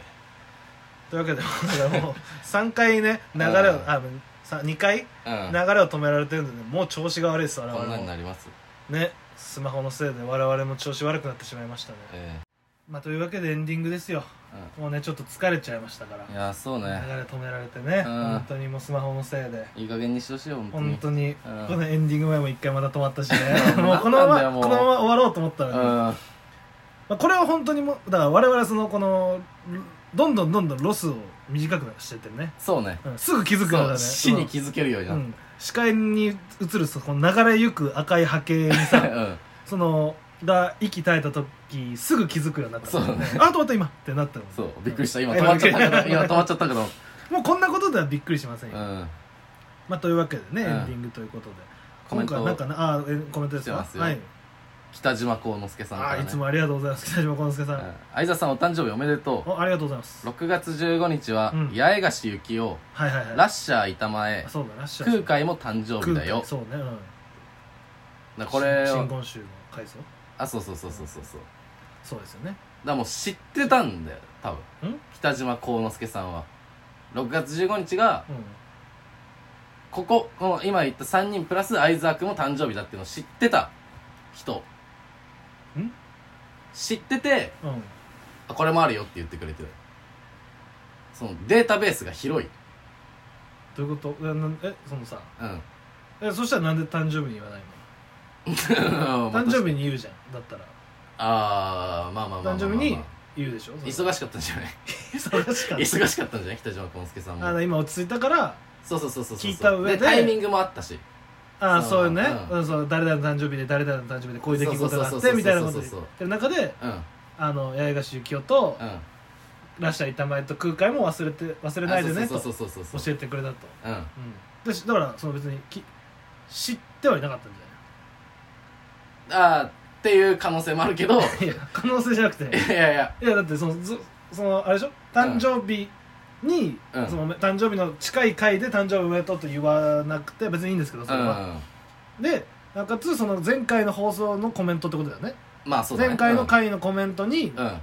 Speaker 2: というわけでだから もう3回ね流れを
Speaker 1: うん
Speaker 2: あさ2回
Speaker 1: うん
Speaker 2: 流れを止められてるんでねもう調子が悪いです我
Speaker 1: こん
Speaker 2: 々
Speaker 1: なに
Speaker 2: も
Speaker 1: なります
Speaker 2: ねスマホのせいで我々も調子悪くなってしまいましたね
Speaker 1: え
Speaker 2: まあというわけでエンディングですよ
Speaker 1: え
Speaker 2: もうねちょっと疲れちゃいましたから
Speaker 1: うんいやそうね
Speaker 2: 流れ止められてね
Speaker 1: うん
Speaker 2: 本当にもうスマホのせいで
Speaker 1: いい加減にしてほしいよ本当に
Speaker 2: 本当に
Speaker 1: うん
Speaker 2: このエンディング前も一回また止まったしね
Speaker 1: うん
Speaker 2: もうこのま
Speaker 1: なんだよ
Speaker 2: ま
Speaker 1: も
Speaker 2: こ
Speaker 1: う
Speaker 2: のまま終わろうと思ったらね
Speaker 1: うん
Speaker 2: まあ、これは本当にもうだから我々はそのこのどんどんどんどんロスを短くしてってね、
Speaker 1: そうね
Speaker 2: うん、すぐ気づくのがね
Speaker 1: そう死に気づけるように
Speaker 2: う
Speaker 1: なっ
Speaker 2: ん、視界に映るその流れゆく赤い波形に
Speaker 1: た
Speaker 2: さ
Speaker 1: うん
Speaker 2: そのが息絶えた時すぐ気づくようになったから
Speaker 1: そうね
Speaker 2: あ止まった今ってなったの
Speaker 1: そうびっくりした今止まっちゃ ったから今止まっちゃったけど
Speaker 2: もうこんなことではびっくりしません
Speaker 1: う
Speaker 2: よ、
Speaker 1: ん
Speaker 2: まあ、というわけでね、
Speaker 1: うん
Speaker 2: エンディングということで
Speaker 1: コメ
Speaker 2: 今
Speaker 1: ン
Speaker 2: 回
Speaker 1: ト
Speaker 2: はなんかなあえコメントで
Speaker 1: 来
Speaker 2: す
Speaker 1: て
Speaker 2: か
Speaker 1: ますよ
Speaker 2: はい
Speaker 1: 北島幸之助さんか
Speaker 2: あ
Speaker 1: ら
Speaker 2: い
Speaker 1: ね
Speaker 2: つもありがとうございます北島康介さん、
Speaker 1: うん相沢さんお誕生日おめでと
Speaker 2: おありがとうございます
Speaker 1: う6月15日は
Speaker 2: うん
Speaker 1: 八重樫幸男
Speaker 2: はいはいはい
Speaker 1: ラッシャー板前
Speaker 2: あそうだラッシャー
Speaker 1: 空海も誕生日だよ
Speaker 2: 空海そうねう
Speaker 1: だ
Speaker 2: ん
Speaker 1: からこれ
Speaker 2: 新
Speaker 1: を
Speaker 2: 新言集の回想
Speaker 1: あそうそうそうそうそうそうだか
Speaker 2: そうですよね
Speaker 1: らもう知ってたんだよ多分
Speaker 2: ん
Speaker 1: 北島幸之助さんは6月15日が
Speaker 2: うん
Speaker 1: こここの今言った3人プラス相沢君も誕生日だっていうのを知ってた人
Speaker 2: ん
Speaker 1: 知ってて
Speaker 2: うん
Speaker 1: あこれもあるよって言ってくれてるそのデータベースが広い
Speaker 2: どういうことえなんえそのさ
Speaker 1: うん
Speaker 2: えそしたらなんで誕生日に言わない
Speaker 1: 誕
Speaker 2: の 誕生日に言うじゃんだったら
Speaker 1: ああまあまあまあまあまあ
Speaker 2: 誕生日に言うでしょ
Speaker 1: 忙しかったんじゃない
Speaker 2: 忙しかった
Speaker 1: 忙しかったんじゃない北島康介さん
Speaker 2: あ
Speaker 1: も
Speaker 2: の今落ち着いたから
Speaker 1: そうそうそうそうそう
Speaker 2: 聞いた上で
Speaker 1: タイミングもあったし
Speaker 2: ああ
Speaker 1: そ
Speaker 2: そう
Speaker 1: う
Speaker 2: いうね
Speaker 1: う
Speaker 2: うんそう誰々の誕生日で誰々の誕生日でこういう出来事があ
Speaker 1: そうそ
Speaker 2: っ
Speaker 1: うそう
Speaker 2: て
Speaker 1: そう
Speaker 2: みたいなことで
Speaker 1: そうそうそう
Speaker 2: で中で
Speaker 1: うんうん
Speaker 2: あの八重樫幸男と
Speaker 1: あ
Speaker 2: ラッシャー板前と空海も忘れて忘れないでね
Speaker 1: そう
Speaker 2: と
Speaker 1: そう
Speaker 2: 教
Speaker 1: そうそうそう
Speaker 2: えてくれたと
Speaker 1: うん
Speaker 2: うんでしだからその別にき知ってはいなかったんじゃない
Speaker 1: ああっていう可能性もある けどい
Speaker 2: いや可能性じゃなくて
Speaker 1: やいやいや
Speaker 2: いやだってそのずそのあれでしょ誕生日に、
Speaker 1: うん
Speaker 2: その誕生日の近い回で誕生日おめでとうと言わなくて別にいいんですけどそれは、
Speaker 1: う
Speaker 2: でなおかつその前回の放送のコメントってことだよね
Speaker 1: んまあそうだね
Speaker 2: 前回の回のコメントに、
Speaker 1: うん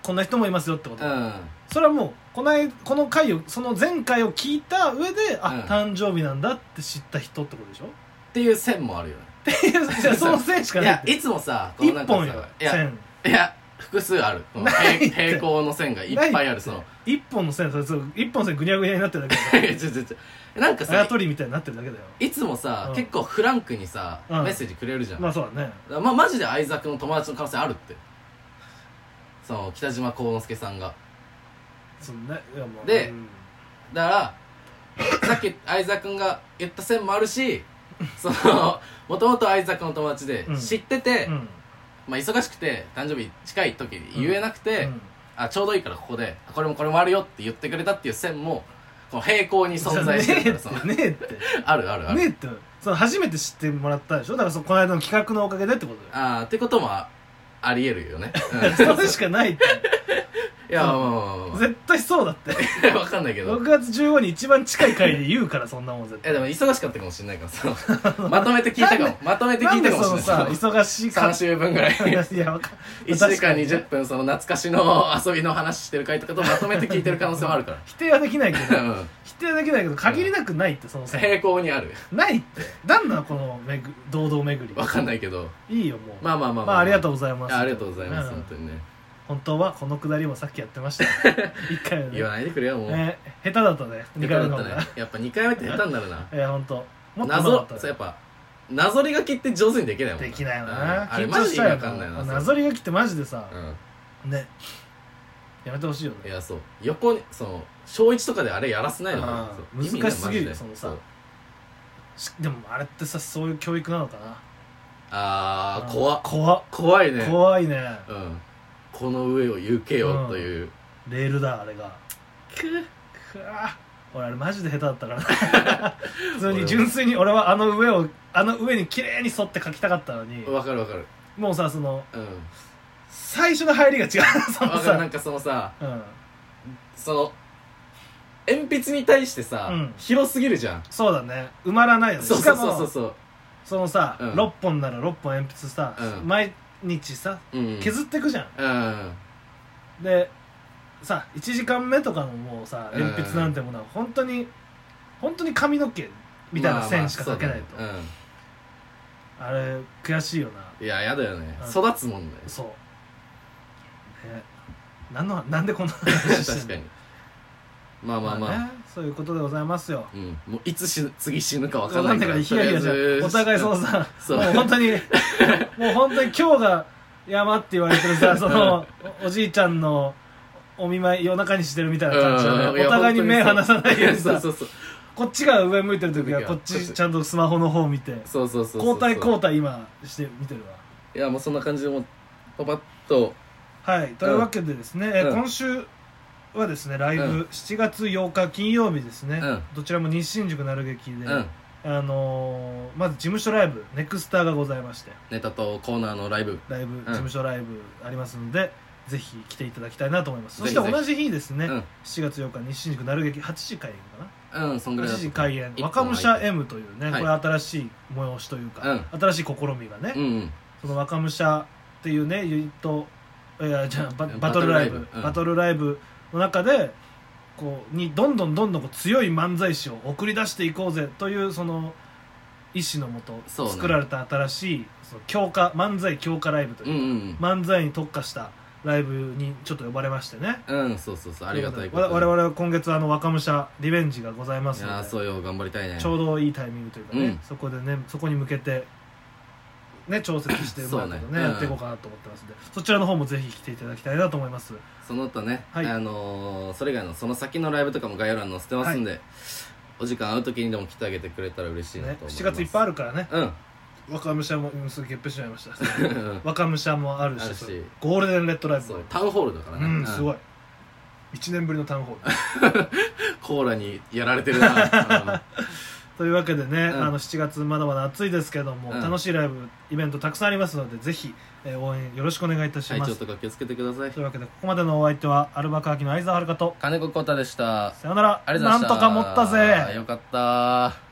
Speaker 2: こんな人もいますよってこと、
Speaker 1: うん
Speaker 2: それはもうこの間この回をその前回を聞いた上であ、
Speaker 1: うん
Speaker 2: 誕生日なんだって知った人ってことでしょ
Speaker 1: っていう線もあるよね
Speaker 2: いやじゃあその線し か
Speaker 1: い
Speaker 2: ないっ
Speaker 1: や
Speaker 2: て
Speaker 1: いつもさこう
Speaker 2: 一
Speaker 1: なんかさ
Speaker 2: 本よ
Speaker 1: いやい
Speaker 2: 線
Speaker 1: や複数あるこの
Speaker 2: ないって
Speaker 1: 平平行の線がいっぱいあるその
Speaker 2: 一本の線それそう一本の線ぐにゃぐにゃになってるだ けだ
Speaker 1: いやちょちょちょなんか
Speaker 2: あや
Speaker 1: さ
Speaker 2: とりみたいになってるだけだよ
Speaker 1: いつもさ、
Speaker 2: うん
Speaker 1: 結構フランクにさ、
Speaker 2: うん
Speaker 1: メッセージくれるじゃん、
Speaker 2: まあそうだね
Speaker 1: ままマジで相沢君の友達の可能性あるってその北島幸之助さんが
Speaker 2: そんないやもう
Speaker 1: で
Speaker 2: うん
Speaker 1: だからさっき相沢君が言った線もあるしそのもともと相沢君の友達で
Speaker 2: うん
Speaker 1: 知ってて、
Speaker 2: うん
Speaker 1: まあ、忙しくて誕生日近い時に言えなくて、
Speaker 2: うん
Speaker 1: あちょうどいいからここであこれもこれもあるよって言ってくれたっていう線もこの平行に存在してるからその
Speaker 2: ねえってね
Speaker 1: あるあるあ
Speaker 2: えって
Speaker 1: る、
Speaker 2: ねえってその初めて知ってもらったでしょだからそのこの間の企画のおかげでってことだよ
Speaker 1: ああってこともあありえるよね、うん
Speaker 2: それしかないって
Speaker 1: いやまあまあまあまあ
Speaker 2: 絶対そうだって
Speaker 1: わかんないけど
Speaker 2: 6。月15に一番近い回で言うからそんなもん絶
Speaker 1: え、
Speaker 2: 対
Speaker 1: でも忙しかったかもしれないからさ。まとめて聞いたかも。 まとめて聞いたかもしれない
Speaker 2: なんでそのさ忙しい
Speaker 1: 3
Speaker 2: 感
Speaker 1: 週分ぐらい。
Speaker 2: じいやわか
Speaker 1: 1時間20分、その懐かしの遊びの話してる回とかとまとめて聞いてる可能性もあるか
Speaker 2: 否定はできないけ
Speaker 1: ら。
Speaker 2: ど
Speaker 1: うん。
Speaker 2: 否定はできないけど限りなくないってそのさ
Speaker 1: 平行にある。
Speaker 2: ないってなんなのこのめぐ堂々巡り
Speaker 1: わかんないけど。
Speaker 2: いいよもうま
Speaker 1: まあまあまあ
Speaker 2: あ、あ、りがと
Speaker 1: う
Speaker 2: うございます
Speaker 1: ありがとうございます、
Speaker 2: うん
Speaker 1: 本当にね。
Speaker 2: 本当はこのくだりもさっきやっ てました一回目
Speaker 1: 言わないでくれよ、もう。
Speaker 2: ね下手だったね
Speaker 1: 下手
Speaker 2: 二回
Speaker 1: だ
Speaker 2: 目
Speaker 1: った
Speaker 2: の方
Speaker 1: ね
Speaker 2: が。
Speaker 1: やっぱ2回目って下手になるな。
Speaker 2: え本当もっと
Speaker 1: 謎、
Speaker 2: 上手かっ
Speaker 1: そう
Speaker 2: た
Speaker 1: やっ
Speaker 2: ね
Speaker 1: ぱ、謎り書きって上手にできないもん
Speaker 2: できないよ
Speaker 1: う
Speaker 2: なん
Speaker 1: あれ
Speaker 2: 緊
Speaker 1: マ
Speaker 2: 張
Speaker 1: ジ
Speaker 2: し
Speaker 1: で
Speaker 2: た
Speaker 1: 意味
Speaker 2: よ
Speaker 1: わかんないな。
Speaker 2: なぞり書きってマジでさ
Speaker 1: うん。
Speaker 2: ねやめてほしいよ
Speaker 1: い
Speaker 2: ね
Speaker 1: やそう横にその小一とかであれやらせないのかな
Speaker 2: あー
Speaker 1: そう意味ない
Speaker 2: 難しすぎるよ
Speaker 1: マジで
Speaker 2: そのさ
Speaker 1: う
Speaker 2: しでもあれってさそういう教育なのかな
Speaker 1: ああ
Speaker 2: うん
Speaker 1: 怖っ
Speaker 2: 怖っ
Speaker 1: 怖いね
Speaker 2: 怖いね
Speaker 1: うんこの上を行けよという
Speaker 2: レールだあれが
Speaker 1: くっ
Speaker 2: くわ俺あれマジで下手だったからな 普通に純粋に俺はあの上をあの上に綺麗に沿って書きたかったのに
Speaker 1: わかるわかる
Speaker 2: もうさその
Speaker 1: うん
Speaker 2: 最初の入りが違うその
Speaker 1: わかるな
Speaker 2: さ
Speaker 1: んかそのさ
Speaker 2: うん
Speaker 1: その鉛筆に対してさ、
Speaker 2: うん
Speaker 1: 広すぎるじゃん
Speaker 2: そうだね埋まらないよね
Speaker 1: そう
Speaker 2: し
Speaker 1: そ
Speaker 2: か
Speaker 1: うそうそうそ
Speaker 2: も
Speaker 1: う
Speaker 2: そのさ
Speaker 1: うん
Speaker 2: 6本なら6本鉛筆さ
Speaker 1: うん
Speaker 2: 毎日さ
Speaker 1: うん
Speaker 2: 削ってくじゃん
Speaker 1: うん
Speaker 2: でさ1時間目とかのもうさ
Speaker 1: うん
Speaker 2: 鉛筆なんてものは本当に本当に髪の毛みたいな線しか書けないと
Speaker 1: まあまあそうだね
Speaker 2: あれ悔しいよな
Speaker 1: うんいややだよね
Speaker 2: うん
Speaker 1: 育つもんだよ
Speaker 2: そうねなんのなんでこ んな話して
Speaker 1: 確
Speaker 2: ん
Speaker 1: か
Speaker 2: の
Speaker 1: にまあまあまあ、
Speaker 2: ねそういうことでございますよ
Speaker 1: うん、もういつ死ぬ次死ぬか分
Speaker 2: わか
Speaker 1: か
Speaker 2: ん
Speaker 1: ん
Speaker 2: な
Speaker 1: ないい
Speaker 2: か
Speaker 1: からら
Speaker 2: ヒヤヒヤじゃ
Speaker 1: とりあえ
Speaker 2: ん
Speaker 1: ず
Speaker 2: お互いそのさ
Speaker 1: そ
Speaker 2: も
Speaker 1: う
Speaker 2: う本 当にもう本当に今日が山って言われてるさそのおおじいちゃんのお見舞い夜中にしてるみたいな感じ
Speaker 1: うん
Speaker 2: で、ね、お互いに目離さないよ
Speaker 1: い
Speaker 2: うに
Speaker 1: や
Speaker 2: さ
Speaker 1: そうそう
Speaker 2: こっちが上向いてる時はこ
Speaker 1: こ
Speaker 2: っ
Speaker 1: っ
Speaker 2: ち
Speaker 1: ち
Speaker 2: ちゃんとスマホの方見て
Speaker 1: そうそうそうそうそう
Speaker 2: 交代交代今して見てるわ
Speaker 1: いやもうそんな感じでもうパパッと
Speaker 2: はいというわけでですね、え
Speaker 1: うん
Speaker 2: 今週はですねライブ
Speaker 1: うん
Speaker 2: 7月8日金曜日ですね、
Speaker 1: うん
Speaker 2: どちらも西新宿なる劇で、
Speaker 1: うん
Speaker 2: あのーまず事務所ライブネクスターがございまして
Speaker 1: ネタとコーナーのライブ
Speaker 2: ライブ、事務所ライブありますのでぜひ来ていただきたいなと思います
Speaker 1: ぜひ
Speaker 2: そして同じ日ですね、
Speaker 1: うん
Speaker 2: 7月8日西新宿なる劇8時開演か
Speaker 1: うんそんぐ
Speaker 2: な
Speaker 1: らいだ
Speaker 2: 8
Speaker 1: と
Speaker 2: 時開演
Speaker 1: 一本
Speaker 2: 若武者 M というね、
Speaker 1: はい
Speaker 2: これ新しい催しというか、新しい試みがね、
Speaker 1: うんうん
Speaker 2: その若武者っていうねユニットいやじゃあババトルライブ
Speaker 1: うん
Speaker 2: バトルライブの中でこうにどんどんどんどんこう強い漫才師を送り出していこうぜというその意思のもと
Speaker 1: そうね
Speaker 2: 作られた新しいその強化漫才強化ライブと
Speaker 1: う
Speaker 2: いう、
Speaker 1: ん
Speaker 2: 漫才に特化したライブにちょっと呼ばれましてね
Speaker 1: うんうんそうそうそうありがたい
Speaker 2: とうことでわ
Speaker 1: 々
Speaker 2: 我々は今月あの若武者リベンジがございま
Speaker 1: い
Speaker 2: すの
Speaker 1: やー
Speaker 2: で
Speaker 1: そうよ頑張りたいね
Speaker 2: ちょうどいいタイミングというかね、
Speaker 1: うん
Speaker 2: そこでねそこに向けてね調節してう
Speaker 1: そ
Speaker 2: ま
Speaker 1: う
Speaker 2: い
Speaker 1: ね
Speaker 2: こと
Speaker 1: う
Speaker 2: ね
Speaker 1: ん
Speaker 2: やっていこうかなと思ってますんでそちらの方もぜひ来ていただきたいなと思います
Speaker 1: その他ね
Speaker 2: はい
Speaker 1: あのーそれ以外のその先のライブとかも概要欄に載せてますんでお時間合う時にでも来てあげてくれたら嬉しいな
Speaker 2: ね
Speaker 1: と思います
Speaker 2: 7月いっぱいあるからね
Speaker 1: うん
Speaker 2: 若武者もうんすぐゲップしちゃいました若武者もある
Speaker 1: あ
Speaker 2: し
Speaker 1: るし
Speaker 2: ゴールデンレッドライ ブ
Speaker 1: そ
Speaker 2: も
Speaker 1: うタウンホールだからね
Speaker 2: うんすご
Speaker 1: い
Speaker 2: い1年ぶりのタウンホール
Speaker 1: コーラにやられ てるなうん
Speaker 2: というわけでね、
Speaker 1: うん
Speaker 2: あの7月まだまだ暑いですけども、
Speaker 1: うん
Speaker 2: 楽しいライブイベントたくさんありますのでぜひ、えー応援よろしくお願いいたし
Speaker 1: 体
Speaker 2: ます、
Speaker 1: 調とか気をつけてください
Speaker 2: というわけでここまでのお相手はアルバカーキの相沢遥と
Speaker 1: 金子浩太でした
Speaker 2: さよなら
Speaker 1: ありがとうございました
Speaker 2: なんとか持ったぜ
Speaker 1: よかった